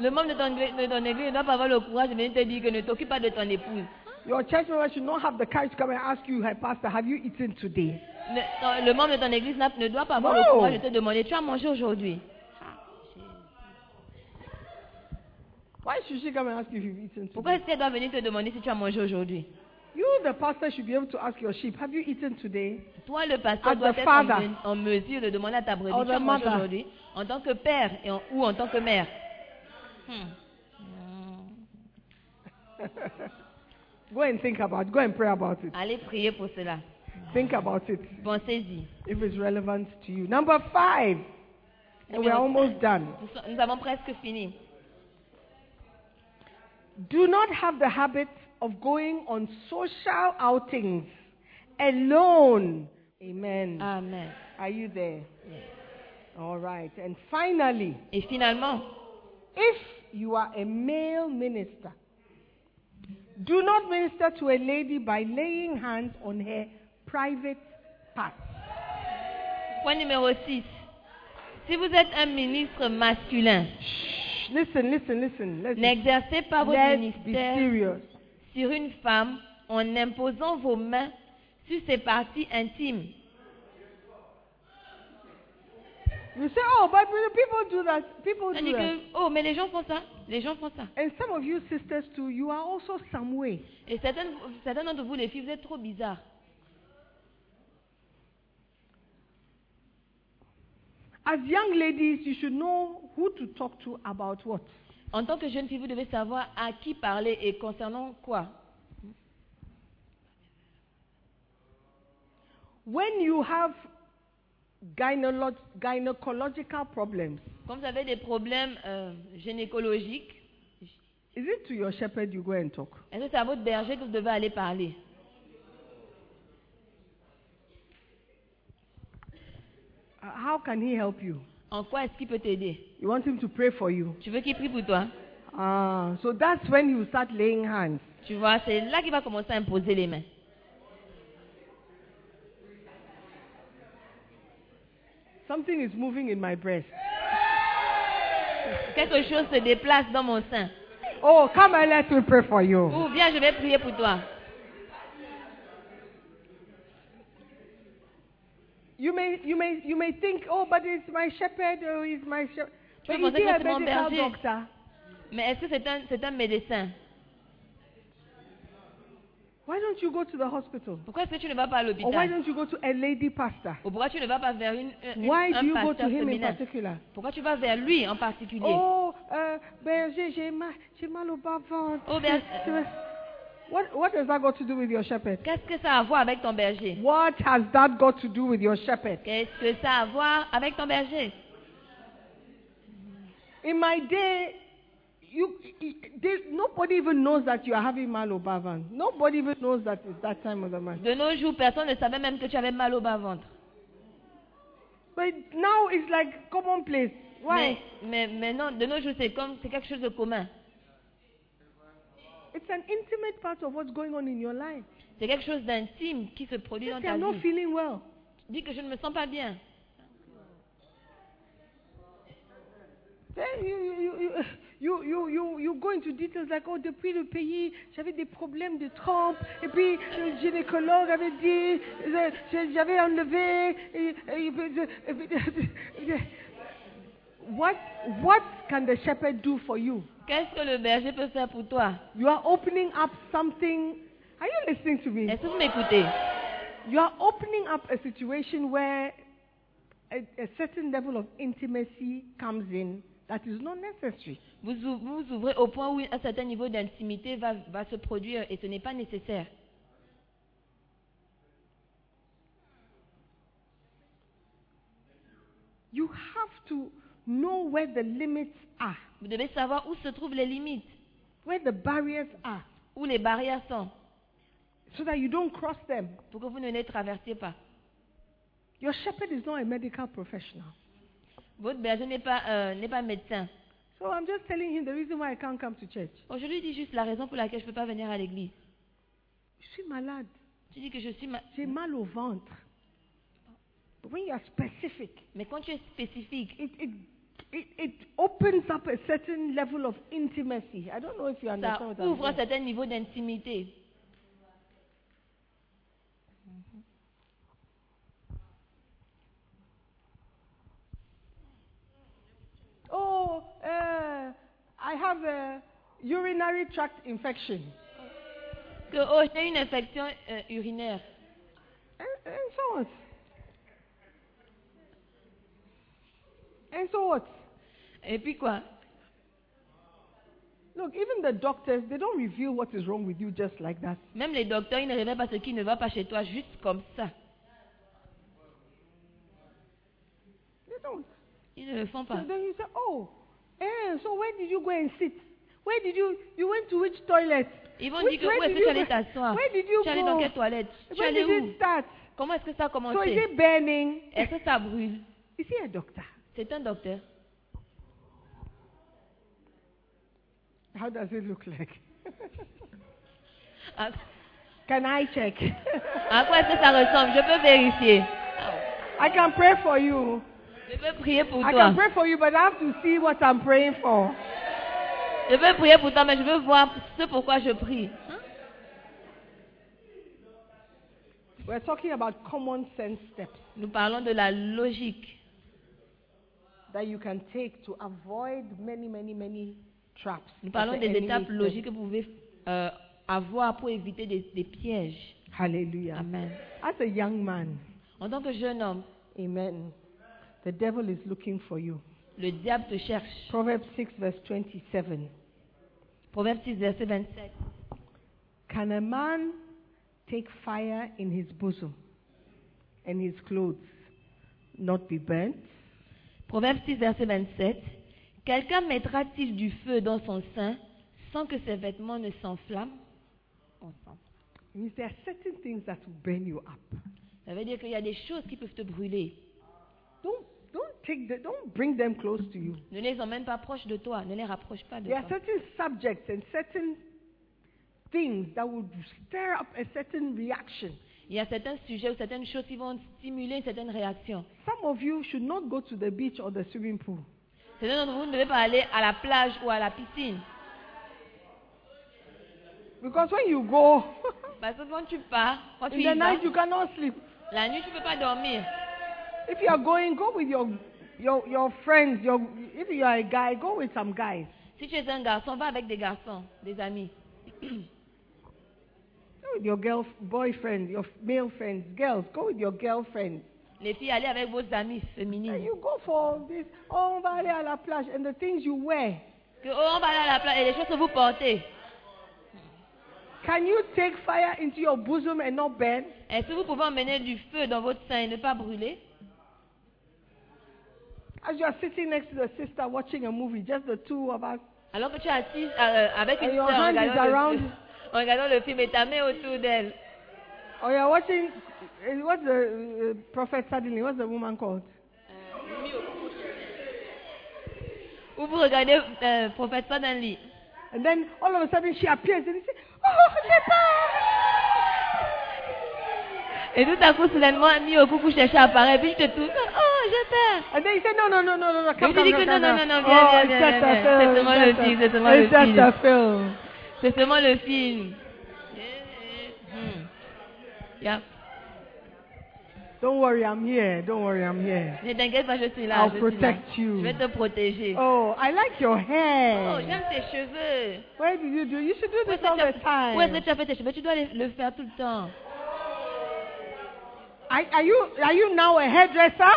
B: Le membre de ton, de ton église ne doit pas avoir le courage de venir te dire que ne t'occupe pas de ton épouse.
D: Your church member should not have the courage to come and ask you, hey, Pastor, have you eaten today?
B: Ne- ton- le membre de ton église n'a- ne doit pas avoir le
D: Wow.
B: courage de te demander Tu as mangé aujourd'hui
D: Why should she come and ask you if you've eaten
B: Pourquoi
D: today?
B: est-ce qu'elle doit venir te demander si tu as mangé aujourd'hui
D: You, the pastor, should be able to ask your sheep, have you eaten today?
B: Toi, le pasteur,
D: As
B: doit
D: the
B: être en,
D: father.
B: me- en mesure de demander à ta brebis
D: Or
B: Tu as
D: the
B: mangé
D: mother.
B: aujourd'hui En tant que père et en- ou en tant que mère Hmm.
D: Go and think about it. Go and pray about it.
B: Allez prier pour cela.
D: Think about it
B: Pensez-y.
D: if it's relevant to you. Number five. And we're almost done.
B: Nous, so- nous avons presque fini.
D: Do not have the habit of going on social outings alone. Amen.
B: Amen.
D: Are you there? All right. And finally,
B: Et finalement,
D: if you are a male minister, do not minister to a lady by laying hands on her private parts.
B: point numéro 6. Si vous êtes un ministre masculin,
D: Shh, listen, listen, listen. Let's, be-
B: n'exercez pas votre
D: let's be
B: ministère
D: serious.
B: sur une femme en imposant vos mains sur ses parties intimes.
D: You say, oh, but people do that. People
B: On dit
D: do that.
B: que, oh, mais les gens font ça. Les gens font ça.
D: And some of you sisters too, you are also some way.
B: Et certaines, certaines d'entre vous, les filles, vous êtes trop bizarres.
D: As young ladies, you should know who to talk to about what.
B: En tant que jeune fille, vous devez savoir à qui parler et concernant quoi.
D: When you have gynelo- gynecological problems,
B: Quand vous avez des problèmes euh, gynécologiques,
D: is it to your shepherd you go and talk?
B: est-ce que c'est à votre berger que vous devez aller parler
D: Uh, How can he help you?
B: En quoi est-ce qu'il peut t'aider
D: You want him to pray for you.
B: Tu veux qu'il prie pour toi
D: Ah, so that's when you start laying hands.
B: Tu vois, c'est là qu'il va commencer à imposer les mains.
D: Something is moving in my breast.
B: Quelque chose se déplace dans mon sein.
D: Oh, come and let me pray for you.
B: Ou viens, je vais prier pour toi.
D: You may, you may, you may think, oh, but it's my shepherd, oh, it's my shepherd. But
B: Tu
D: is
B: pensais
D: he
B: que
D: a
B: c'est mon
D: medical
B: berger.
D: doctor?
B: Mais est-ce que c'est un, c'est un médecin
D: Why don't you go to the hospital?
B: Pourquoi est-ce que tu ne vas pas à
D: Or Oh, why
B: l'hôpital
D: don't you go to a lady pastor?
B: Ou pourquoi tu ne vas pas vers une, un- une-
D: Why do
B: un
D: you go to
B: pasteur
D: him in
B: féminin
D: particular?
B: Pourquoi tu vas vers lui en particulier
D: Oh, euh, ben, j'ai, j'ai, mal, j'ai mal au bas-ventre.
B: Oh, ben-
D: Tu vois- What, what has that got to do with your shepherd?
B: Qu'est-ce que ça a à voir avec ton berger
D: What has that got to do with your shepherd?
B: Qu'est-ce que ça a à voir avec ton berger
D: In my day, you, this, nobody even knows that you are having mal au bas-ventre. Nobody even knows that it's that time of the month.
B: De nos jours, personne ne savait même que tu avais mal au bas-ventre.
D: But now it's like commonplace. Why?
B: Mais, mais, mais non, de nos jours, c'est comme, c'est quelque chose de commun.
D: It's an intimate part of what's going on in your life.
B: C'est quelque chose d'intime qui se produit dans
D: Just
B: ta
D: you're not
B: vie.
D: feeling well.
B: Dis que je ne me sens pas bien.
D: Then you, you, you, you, you, you, you go into details like, oh, depuis le pays, j'avais des problèmes de trompe, et puis le gynécologue avait dit, euh, je- j'avais enlevé. et- et- et- et- What, what can the shepherd do for you?
B: Qu'est-ce que le berger peut faire pour toi
D: You are opening up something. Are you listening to me?
B: Est-ce que vous m'écoutez
D: You are opening up a situation where a, a certain level of intimacy comes in that is not necessary.
B: vous, ou- vous ouvrez au point où un certain niveau d'intimité va, va se produire et ce n'est pas nécessaire.
D: You have to know where the limits are,
B: Vous devez savoir où se trouvent les limites,
D: where the barriers are,
B: où les barrières sont,
D: so that you don't cross them.
B: pour que vous ne les traversiez pas.
D: Your shepherd is not a medical professional.
B: Votre berger n'est pas, euh, n'est pas médecin.
D: So I'm just telling him the reason why I can't come to church.
B: Aujourd'hui, dis juste la raison pour laquelle je ne peux pas venir à l'église.
D: Je suis malade.
B: Tu dis que je suis ma-
D: J'ai mal au ventre. But when you are specific,
B: Mais quand tu es spécifique,
D: it, it, it, it opens up a certain level of intimacy. I don't know if you
B: ça
D: understand what I'm
B: ouvre un
D: saying.
B: certain niveau d'intimité.
D: Oh, uh, I have a urinary tract infection.
B: Que, oh, j'ai une infection euh, urinaire.
D: And, and so what? And so what?
B: Et puis quoi
D: Look, even the doctors, they don't reveal what is wrong with you just like that.
B: Même les docteurs, ils ne révèlent pas ce qui ne va pas chez toi juste comme ça.
D: They don't.
B: Ils ne le font
D: So
B: pas.
D: then you say, oh, eh, so where did you go and sit? Where did you, you went to which toilet?
B: Ils vont
D: Which-
B: dire que
D: where
B: où est-ce que
D: did
B: tu
D: you
B: allais
D: go-
B: t'asseoir
D: where did you
B: Tu allais
D: go?
B: dans quelle toilette Tu
D: Where
B: allais
D: did
B: où
D: it start?
B: Comment est-ce que ça a
D: So is
B: commencé
D: it burning?
B: Est-ce que ça brûle
D: Is he a doctor?
B: C'est un docteur.
D: How does it look like?
B: À,
D: Can I check?
B: à quoi est-ce que ça ressemble Je peux vérifier.
D: I can pray for you.
B: Je peux prier pour
D: I
B: toi.
D: can pray for you, but I have to see what I'm praying for.
B: Je veux prier pour toi, mais je veux voir ce pourquoi je prie.
D: We're talking about common sense steps
B: Nous parlons de la logique
D: that you can take to avoid many, many, many traps.
B: Nous
D: that
B: parlons
D: the
B: des
D: enemy
B: étapes
D: sets.
B: logiques que vous pouvez euh, avoir pour éviter des, des pièges.
D: Hallelujah.
B: Amen.
D: As a young man,
B: En tant que jeune homme,
D: amen. The devil is looking for you.
B: le diable te cherche.
D: Proverbs 6, verse 27.
B: Proverbe 6, verset 27.
D: Can a man take fire in his bosom and his clothes not be burnt?
B: Proverbe 6, verset 27. Quelqu'un mettra-t-il du feu dans son sein sans que ses vêtements ne s'enflamment On s'en-
D: It means there are certain things that will burn you up.
B: Ça veut dire qu'il y a des choses qui peuvent te brûler.
D: Don't, don't, take the, don't bring them close to you.
B: Ne les emmène pas proches de toi, ne les rapproche pas de
D: There are
B: toi.
D: certain subjects and certain things that would stir up a certain reaction.
B: Il y a certains sujets ou certaines choses qui vont stimuler certaines réactions.
D: Some of you should not go to the beach or the swimming pool.
B: Certains d'entre vous ne devez pas aller à la plage ou à la piscine.
D: Because when you go
B: Parce que quand tu pars, quand tu
D: in
B: y
D: the
B: vas,
D: night, you cannot sleep.
B: la nuit, tu ne peux pas dormir.
D: If you are going, go with your, your, your friends. Your, if you are a guy, go with some guys.
B: Si tu es un garçon, va avec des garçons, des amis.
D: Go with your girl, boyfriend, your male friends. Girls, go with your girlfriends.
B: Les filles, allez avec vos amis
D: And
B: féminines.
D: you go for this, oh, on va aller à la plage, and the things you wear.
B: Que, oh, on va aller à la plage et les choses que vous portez.
D: Can you take fire into your bosom and not burn?
B: Est-ce que vous pouvez emmener du feu dans votre sein et ne pas brûler
D: As you are sitting next to the sister watching a movie, just the two of us,
B: Alors que tu es assise euh, avec une
D: And your
B: sœur en
D: hand is
B: regardant, le,
D: around.
B: film- en regardant le film et ta main autour d'elle.
D: or you are watching, eh, what's the uh, prophet suddenly, what's the woman called?
B: Ou vous regardez euh, Prophète pas d'un lit.
D: And then all of a sudden she appears and you say, Oh,
B: Et tout à coup, soudainement, mis au coucou chercher à apparaît, puis je te touche. Oh, j'ai peur.
D: And then you say, no, no, no, no, no, no,
B: Mais
D: come,
B: tu dis que
D: come, come,
B: non,
D: come,
B: non, non,
D: come.
B: non, viens, viens,
D: Oh,
B: viens,
D: it's just
B: viens,
D: a
B: viens.
D: film.
B: C'est seulement le film, c'est seulement le
D: It's just
B: film. C'est seulement le film.
D: a film.
B: Hmm. Yeah.
D: Don't worry, I'm here. Don't worry, I'm here.
B: Ne t'inquiète pas, je suis là.
D: I'll
B: je suis là.
D: protect you.
B: Je vais te protéger.
D: Oh, I like your
B: Oh,
D: hair.
B: j'aime tes cheveux.
D: Where did you do? You should do
B: Où
D: this
B: est-ce
D: all the
B: que tu as- où est-ce que
D: time.
B: tu as fait tes cheveux Tu dois les- le faire tout le temps.
D: Are, are you are you now a hairdresser?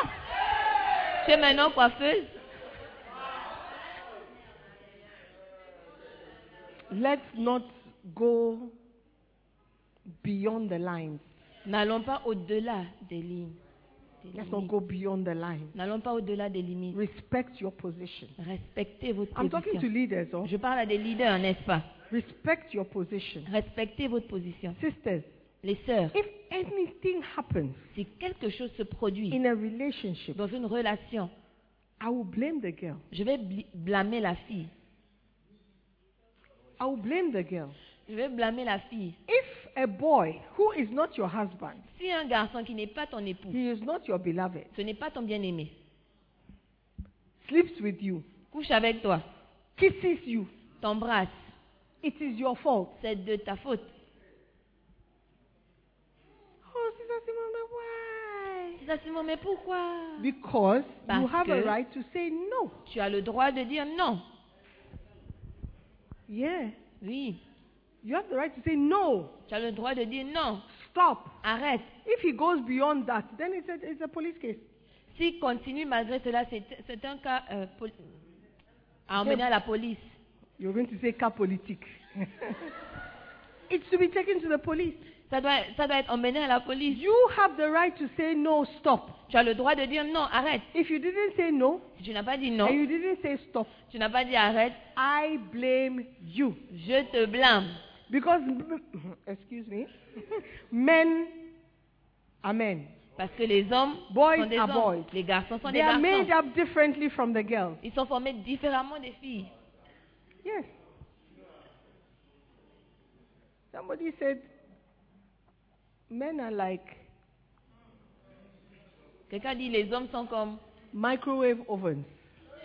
B: Tu es maintenant coiffeuse
D: Let's not go beyond the lines.
B: N'allons pas au-delà des lignes. Des
D: Let's
B: limites.
D: not go beyond the lines.
B: N'allons pas au-delà des limites.
D: Respect your position.
B: Respectez votre
D: I'm talking to
B: position.
D: leaders. Oh.
B: Je parle à des leaders, n'est-ce pas
D: Respect your position.
B: Respectez votre position.
D: Sisters,
B: Les sœurs,
D: if anything happens
B: si quelque chose se produit
D: in a relationship,
B: dans une relation,
D: I will blame the girl.
B: je vais bl- blâmer la fille.
D: I will blame the girl.
B: Je vais blâmer la fille.
D: If a boy who is not your husband,
B: Si un garçon qui n'est pas ton époux,
D: he is not your beloved,
B: ce n'est pas ton bien-aimé,
D: sleeps with you,
B: couche avec toi,
D: kisses you,
B: t'embrasse,
D: it is your fault.
B: c'est de ta faute.
D: Oh, Sister Simone,
B: C'est ça, Simon, mais pourquoi
D: why? Because you
B: Parce
D: have a
B: que-
D: right to say no.
B: Tu as le droit de dire non.
D: Yeah.
B: Oui,
D: You have the right to say no.
B: tu as le droit de dire non.
D: Stop.
B: Arrête.
D: If he goes beyond that, then it's a, it's a police case.
B: S'il continue malgré cela, c'est c'est un cas euh, pol- à emmener à la police.
D: You're going to say car politique. it's to be taken to the police.
B: Ça doit, ça doit être emmené à la police.
D: You have the right to say no, stop.
B: Tu as le droit de dire non, arrête.
D: If you didn't say no,
B: Si tu n'as pas dit non,
D: and you didn't say stop,
B: tu n'as pas dit arrête,
D: I blame you.
B: je te blâme.
D: Because, excuse me, men are men.
B: Parce que les hommes
D: Boys
B: sont des
D: are
B: hommes.
D: boys.
B: Les garçons sont des
D: They are made
B: garçons.
D: up differently from the girls.
B: Ils sont formés différemment des filles.
D: Yes. Somebody said, men are like
B: Quelqu'un dit les hommes sont comme,
D: microwave ovens.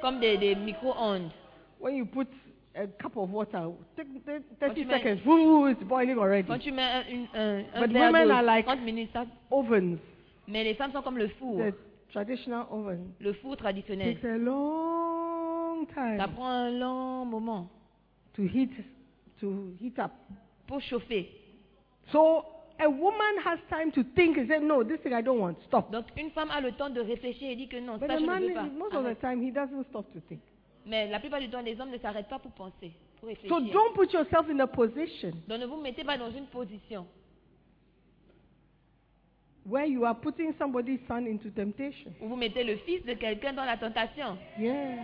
B: comme des, des micro-ondes.
D: When you put a cup of water, take take
B: What
D: 30
B: you mean?
D: seconds, woo, woo, it's boiling already.
B: Quand tu mets un, une- un, un
D: But
B: verre
D: women
B: d'eau,
D: are like-
B: 30 minutes, ça-
D: Ovens,
B: mais les femmes sont comme le four,
D: the traditional oven,
B: le four traditionnel.
D: takes a long
B: Ça
D: time
B: prend un long moment
D: to heat to heat up.
B: pour chauffer.
D: So a woman has time to think and say, no, this thing I don't want, stop.
B: Donc une femme a le temps de réfléchir et dit que non,
D: But
B: ça
D: a
B: je
D: man,
B: ne veux pas.
D: most of the Uh-huh.
B: Arrête.
D: time, he doesn't stop to think.
B: Mais la plupart du temps, les hommes ne s'arrêtent pas pour penser, pour
D: So
B: réfléchir.
D: don't put yourself in a position
B: Donc ne vous mettez pas dans une position
D: where you are putting somebody's son into temptation.
B: où vous mettez le fils de quelqu'un dans la tentation.
D: Yeah.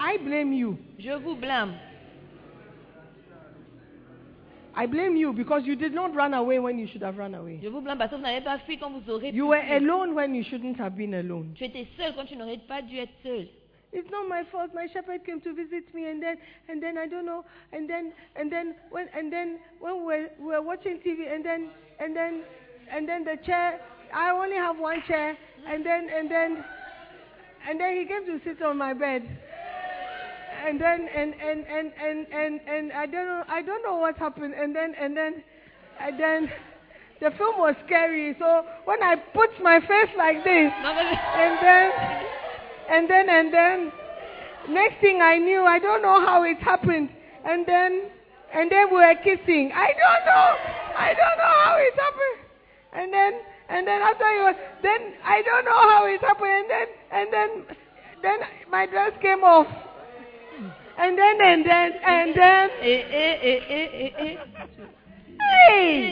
D: I blame you.
B: Je vous blâme.
D: I blame you because you did not run away when you should have run away.
B: Je vous blâme parce que vous n'avez pas fui quand vous aurez pu.
D: You were
B: fuir.
D: alone when you shouldn't have been alone.
B: Tu étais seul quand tu n'aurais pas dû être seul.
D: It's not my fault. My shepherd came to visit me, and then, and then I don't know, and then, and then when, and then when we were, we were watching TV, and then, and then, and then the chair. I only have one chair, and then, and then, and then he came to sit on my bed, and then, and and and and and, and I don't know, I don't know what happened, and then, and then, and then. The film was scary, so when I put my face like this,
B: Non, mais-
D: and then, and then, and then, next thing I knew, I don't know how it happened. And then, and then we were kissing. I don't know. I don't know how it happened. And then, and then after it was, then I don't know how it happened. And then, and then, then my dress came off. And then, and then, and then,
B: Et, et, et, et, et, et.
D: hey,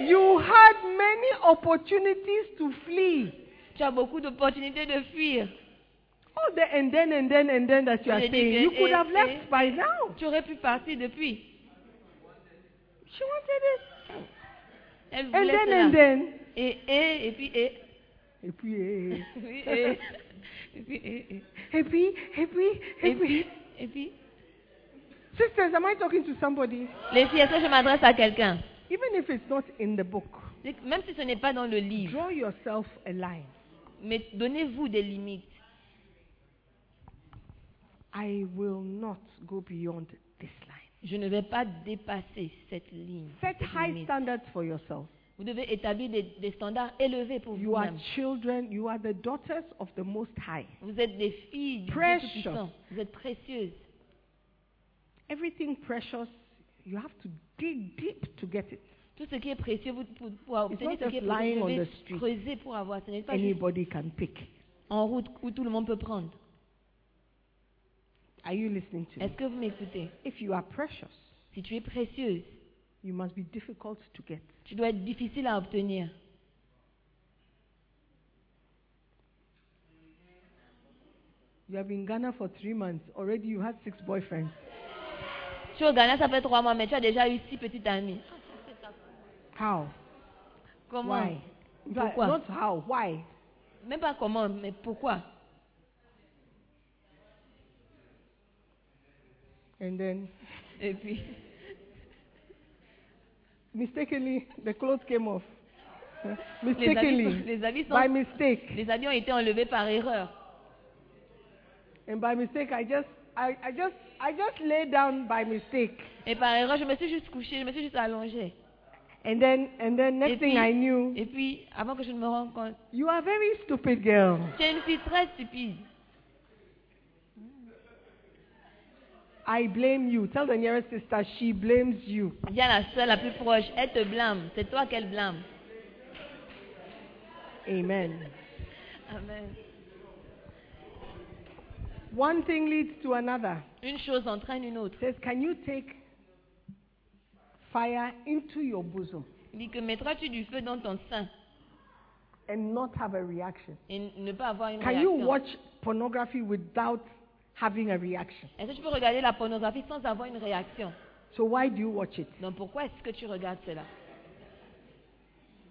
B: Et-
D: you had many opportunities to flee.
B: Tu as beaucoup d'opportunités de fuir.
D: Oh, the, and then, and then, and then that you are
B: Really,
D: saying. You
B: eh,
D: could
B: eh,
D: have
B: eh.
D: left by now.
B: Tu aurais pu partir depuis.
D: She wanted
B: Elle
D: it. And
B: voulait
D: then,
B: cela.
D: and then.
B: Et, et, et puis, et.
D: Et puis, eh, eh.
B: Oui, et. Et puis, et, et.
D: et puis, et puis, et
B: Et puis,
D: puis.
B: et puis.
D: Sisters, am I talking to somebody?
B: Les filles, est-ce que je m'adresse à quelqu'un
D: Even if it's not in the book,
B: Même si ce n'est pas dans le livre,
D: draw yourself a line.
B: mais donnez-vous des limites.
D: I will not go beyond this line.
B: Je ne vais pas dépasser cette ligne.
D: Set
B: cette
D: high
B: limite.
D: standards for yourself.
B: Vous devez établir des, des standards élevés pour
D: You are
B: vous-même.
D: children, you are the daughters of the Most High.
B: Vous êtes des filles du Dieu
D: Precious.
B: Tout-Puissant. Vous êtes précieuses.
D: Everything precious, you have to dig deep to get it.
B: Tout ce qui est précieux, vous pour, pour obtenir
D: not
B: ce qui est
D: just
B: précieux,
D: lying
B: vous
D: on
B: devez
D: the street.
B: creuser pour avoir. Ce n'est pas juste
D: Anybody can pick.
B: en route où tout le monde peut prendre.
D: Are you listening to
B: Est-ce
D: me?
B: que vous m'écoutez
D: If you are precious,
B: Si tu es précieuse,
D: you must be difficult to get.
B: tu dois être difficile à obtenir.
D: You have been in Ghana for three months. Already you had six boyfriends.
B: Tu es au Ghana, ça fait trois mois, mais tu as déjà eu six petites amies.
D: How?
B: Comment
D: Why? But
B: Pourquoi?
D: Not how. Why?
B: Même pas comment, mais pourquoi
D: And then
B: Et puis,
D: mistakenly the clothes came off.
B: les habits,
D: mistakenly.
B: les habits
D: By
B: sont,
D: mistake.
B: les habits ont été enlevés par erreur.
D: And by mistake I just I, I just I just lay down by mistake.
B: Et par erreur, je me suis juste couchée, je me suis juste allongée.
D: And then and then
B: et
D: next
B: puis,
D: thing I knew
B: Et puis, avant que je ne me rende compte,
D: you are very stupid girl.
B: tu es une fille très stupide.
D: I blame you. Tell the nearest sister she blames you.
B: Dis à la soeur la plus proche, elle te blâme, c'est toi qu'elle blâme.
D: Amen.
B: Amen.
D: One thing leads to another.
B: Une chose entraîne une autre.
D: It says, Can you take fire into your bosom
B: Il dit que mettras-tu du feu dans ton sein
D: and not have a reaction?
B: et ne pas avoir une
D: Can you
B: réaction.
D: watch pornography without having a reaction?
B: Est-ce que tu peux regarder la pornographie sans avoir une réaction
D: So why do you watch it?
B: Donc pourquoi est-ce que tu regardes cela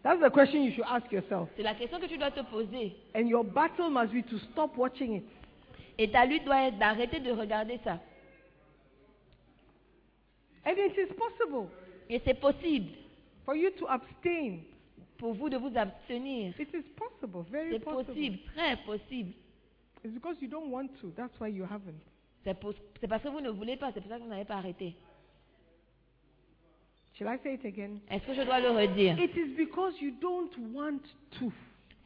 D: That's the question you should ask yourself.
B: C'est la question que tu dois te poser.
D: And your battle must be to stop watching it.
B: Et ta lutte doit être d'arrêter de regarder ça.
D: And it is possible
B: Et c'est possible
D: for you to abstain.
B: pour vous de vous abstenir.
D: It is possible, very
B: C'est
D: possible.
B: possible, très possible.
D: It's because you don't want to. That's why you haven't.
B: C'est pour- c'est parce que vous ne voulez pas, c'est pour ça que vous n'avez pas arrêté.
D: Shall I say it again?
B: Est-ce que je dois le redire
D: It is because you don't want to.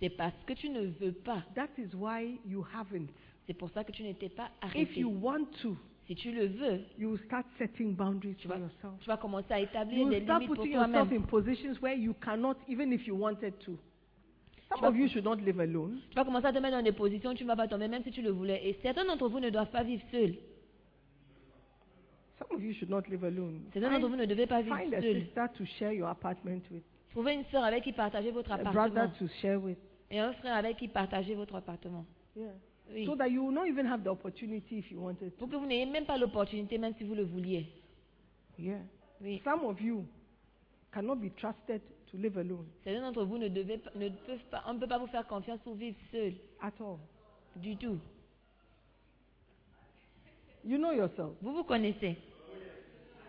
B: C'est parce que tu ne veux pas.
D: That is why you haven't.
B: C'est pour ça que tu n'étais pas
D: If
B: arrêté.
D: you want to,
B: Si tu le veux,
D: you will start setting boundaries
B: tu
D: for
B: vas,
D: yourself.
B: tu vas commencer à
D: You
B: établir des
D: will start
B: limites pour
D: putting yourself
B: toi-même.
D: in positions where you cannot, even if you wanted to. Some
B: vas-
D: of you should not live alone.
B: Tu vas commencer à te mettre dans des positions où tu ne vas pas tomber, même si tu le voulais. Et certains d'entre vous ne doivent pas vivre seuls.
D: Some of you should not live alone.
B: Certains d'entre vous ne devez pas vivre
D: Find a
B: seuls.
D: sister to share your apartment with,
B: Trouvez une sœur avec qui partagez votre
D: a brother
B: appartement.
D: to share with.
B: Et un frère avec qui partagez votre appartement.
D: Yeah.
B: Oui.
D: So that you will not even have the opportunity if you wanted to.
B: Pour que vous n'ayez même pas l'opportunité, même si vous le vouliez.
D: Yeah.
B: Oui.
D: Some of you cannot be trusted to live alone
B: Certains d'entre vous ne, devez, pas- ne peuvent pas, on ne peut pas vous faire confiance pour vivre seul,
D: at all.
B: du tout.
D: You know yourself.
B: Vous vous connaissez.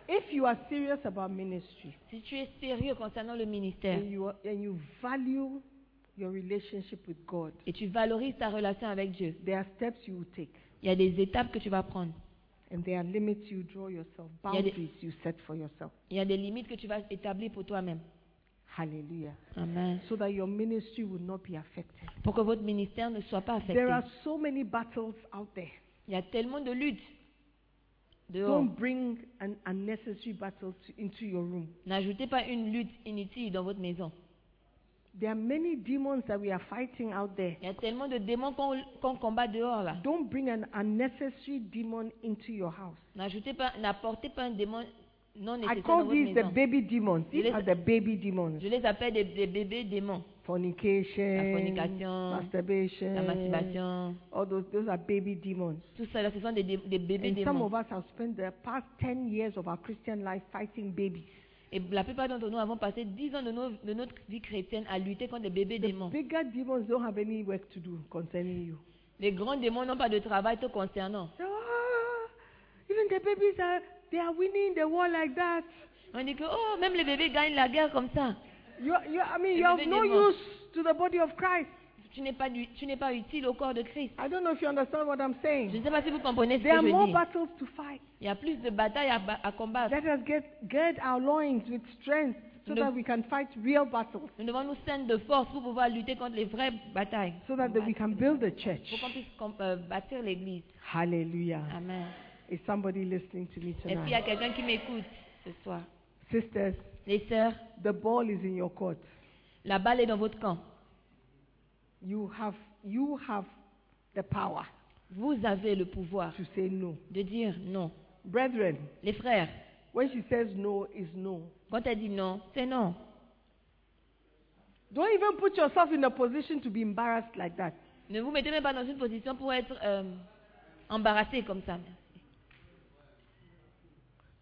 D: If you are serious about ministry
B: Si tu es sérieux concernant le ministère
D: and you, are, and you value your relationship with God,
B: et tu valorises ta relation avec Dieu,
D: there are steps you will take.
B: il y a des étapes que tu vas prendre.
D: And there are limits you draw yourself,
B: Il y a des-
D: boundaries you set for yourself.
B: Il y a des limites que tu vas établir pour toi-même.
D: Hallelujah.
B: Amen.
D: So that your ministry will not be affected.
B: Pour que votre ministère ne soit pas affecté.
D: There are so many battles out there.
B: Il y a tellement de luttes. Dehors.
D: Don't bring an unnecessary battle to, into your room.
B: N'ajoutez pas une lutte inutile dans votre maison.
D: There are many demons that we are fighting out there.
B: Il y a tellement de démons qu'on qu'on combat dehors là.
D: Don't bring an unnecessary demon into your house.
B: N'ajoutez pas, n'apportez pas un démon non
D: I
B: nécessaires dans
D: call
B: votre
D: these the
B: maison.
D: baby demons. These
B: Yes.
D: are the baby demons.
B: Je les appelle des, des bébés démons.
D: Fornication,
B: La fornication, La
D: masturbation,
B: masturbation,
D: all those, those are baby demons.
B: tout ça, là, ce sont des, dé- des bébés
D: And some
B: démons.
D: of us have spent the past 10 years of our Christian life fighting babies.
B: Et la plupart d'entre nous avons passé 10 ans de, nos- de notre vie chrétienne à lutter contre des bébés
D: The
B: démons.
D: bigger demons don't have any work to do concerning you.
B: Les grands démons n'ont pas de travail te concernant.
D: So, ah, even the babies are they are winning the war like that.
B: On dit que, oh, même les bébés gagnent la guerre comme ça.
D: You, you, I mean,
B: The
D: you have
B: baby
D: no
B: demons.
D: use to the body of Christ.
B: Tu n'es pas, du- tu n'es pas utile au corps de Christ.
D: I don't know if you understand what I'm
B: Je ne
D: saying.
B: sais pas si vous comprenez ce que
D: There are
B: je
D: more
B: dis.
D: battles to fight.
B: Il y a plus de batailles à, ba- à combattre.
D: Let us get gird our loins with strength so
B: No.
D: that we can fight real battles,
B: Nous devons nous scènes de force pour pouvoir lutter contre les vraies batailles.
D: so that, that we can build a church.
B: Pour qu'on puisse com- euh, bâtir l'Église.
D: Hallelujah.
B: Amen.
D: Is somebody listening to me
B: Est-ce qu'il y a
D: tonight?
B: quelqu'un qui m'écoute ce soir
D: Sisters,
B: Les sœurs,
D: the ball is in your court.
B: la balle est dans votre camp.
D: You have you have the power
B: Vous avez le pouvoir
D: to say no.
B: de dire non.
D: Brethren,
B: Les frères,
D: when she says no, is no.
B: quand elle dit non, c'est non.
D: Don't even put yourself in a position to be embarrassed like that.
B: Ne vous mettez même pas dans une position pour être euh, embarrassé comme ça.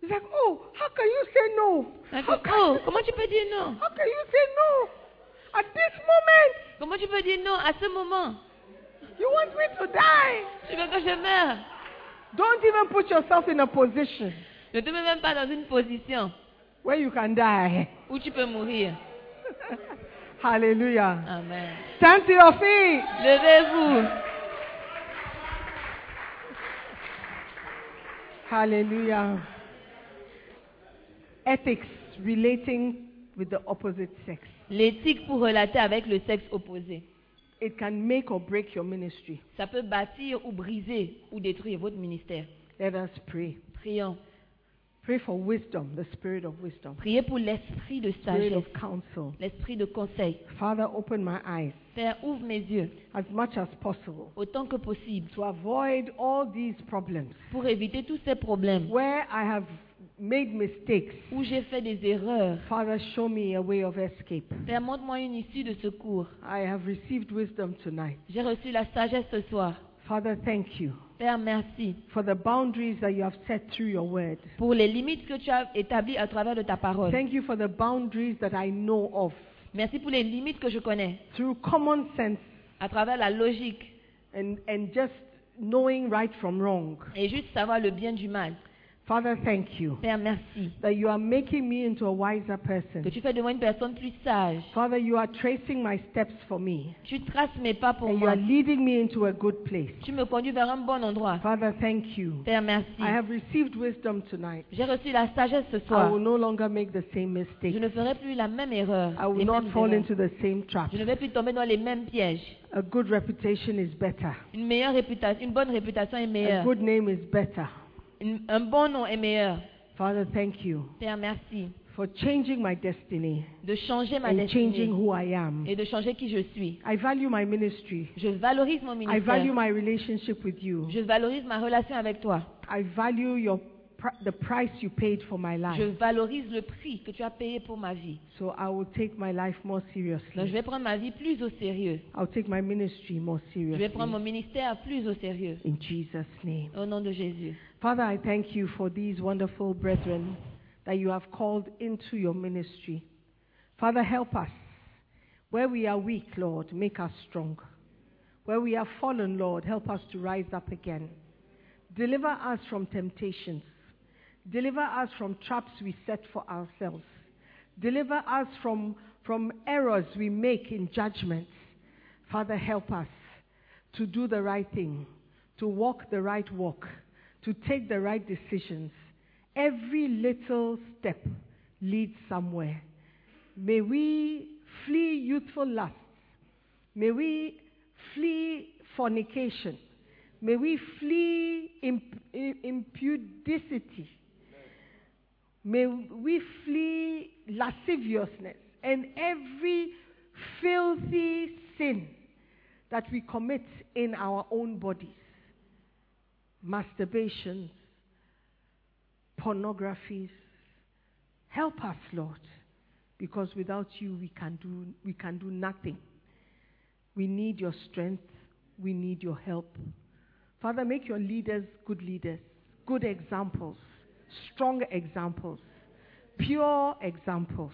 D: It's like, oh, how can you say no? How can,
B: Oh, comment tu peux dire non
D: how can you say no? At this moment,
B: Comment tu peux dire non à ce moment
D: you want me to die.
B: Tu veux que je meure
D: Don't even put yourself in a position
B: Ne te mets même pas dans une position
D: where you can die.
B: où tu peux mourir.
D: Hallelujah.
B: Amen.
D: Stand to your feet.
B: Levez-vous.
D: Hallelujah. Ethics relating with the opposite sex.
B: L'éthique pour relater avec le sexe opposé.
D: It can make or break your ministry.
B: Ça peut bâtir ou briser ou détruire votre ministère.
D: Let us pray.
B: Prions.
D: Pray for wisdom, the spirit of wisdom,
B: Priez pour l'esprit de
D: spirit of
B: sagesse,
D: counsel.
B: l'esprit de conseil.
D: Father, open my eyes
B: Père, ouvre mes yeux
D: as much as possible
B: autant que possible
D: to avoid all these problems
B: pour éviter tous ces problèmes
D: where I have made mistakes.
B: où j'ai fait des erreurs.
D: Father, show me a way of escape.
B: Père, montre-moi une issue de secours.
D: I have received wisdom tonight.
B: J'ai reçu la sagesse ce soir.
D: Father, thank you
B: Père, merci
D: for the boundaries that you have set through your word.
B: pour les limites que tu as établies à travers de ta parole.
D: Thank you for the boundaries that I know of
B: Merci pour les limites que je connais
D: through common sense
B: à travers la logique
D: and, and just knowing right from wrong.
B: et juste savoir le bien du mal.
D: Father, thank you
B: Père, merci
D: that you are making me into a wiser
B: que
D: person.
B: tu fais de moi une personne plus sage.
D: Father, you are tracing my steps for me
B: Tu traces mes pas pour
D: and you are
B: moi.
D: leading me into a good place.
B: Tu me conduis vers un bon endroit.
D: Father, thank you.
B: Père, merci.
D: I have received wisdom tonight.
B: J'ai reçu la sagesse ce
D: I
B: soir.
D: will no longer make the same
B: Je
D: mistake.
B: ne ferai plus la même erreur.
D: I will
B: les
D: not
B: mêmes
D: fall
B: erreurs.
D: into the same trap.
B: Je ne vais plus tomber dans les mêmes pièges.
D: A good reputation is better.
B: Une meilleure réputation, une bonne réputation est
D: A
B: meilleure.
D: good name is better.
B: Une- un bon nom est meilleur.
D: Father, thank you
B: Père, merci
D: for changing my destiny
B: de changer ma
D: and changing
B: destinée
D: who I am.
B: et de changer qui je suis.
D: I value my ministry.
B: Je valorise mon
D: I value
B: ministère.
D: my relationship with you.
B: Je valorise ma relation avec toi.
D: I value your pr- the price you paid for my
B: Je
D: life.
B: valorise le prix que tu as payé pour ma vie.
D: So I will take my life more
B: Donc je
D: seriously.
B: vais prendre ma vie plus au sérieux.
D: I'll take my ministry more
B: Je vais prendre mon
D: seriously.
B: ministère plus au sérieux.
D: In Jesus' name.
B: Au nom de Jésus.
D: Father, I thank you for these wonderful brethren that you have called into your ministry. Father, help us. Where we are weak, Lord, make us strong. Where we are fallen, Lord, help us to rise up again. Deliver us from temptations. Deliver us from traps we set for ourselves. Deliver us from, from errors we make in judgments. Father, help us to do the right thing, to walk the right walk, to take the right decisions. Every little step leads somewhere. May we flee youthful lusts. May we flee fornication. May we flee imp- i- impudicity. May we flee lasciviousness and every filthy sin that we commit in our own bodies masturbation, pornographies, Help us, Lord, because without you we can do, we can do nothing. We need your strength. We need your help. Father, make your leaders good leaders, good examples, strong examples, pure examples.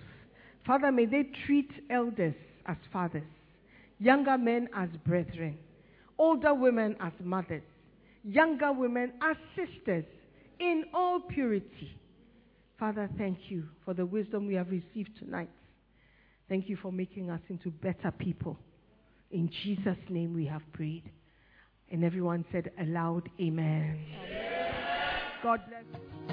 D: Father, may they treat elders as fathers, younger men as brethren, older women as mothers, younger women as sisters in all purity. Father, thank you for the wisdom we have received tonight. Thank you for making us into better people. In Jesus' name we have prayed. And everyone said aloud, Amen. God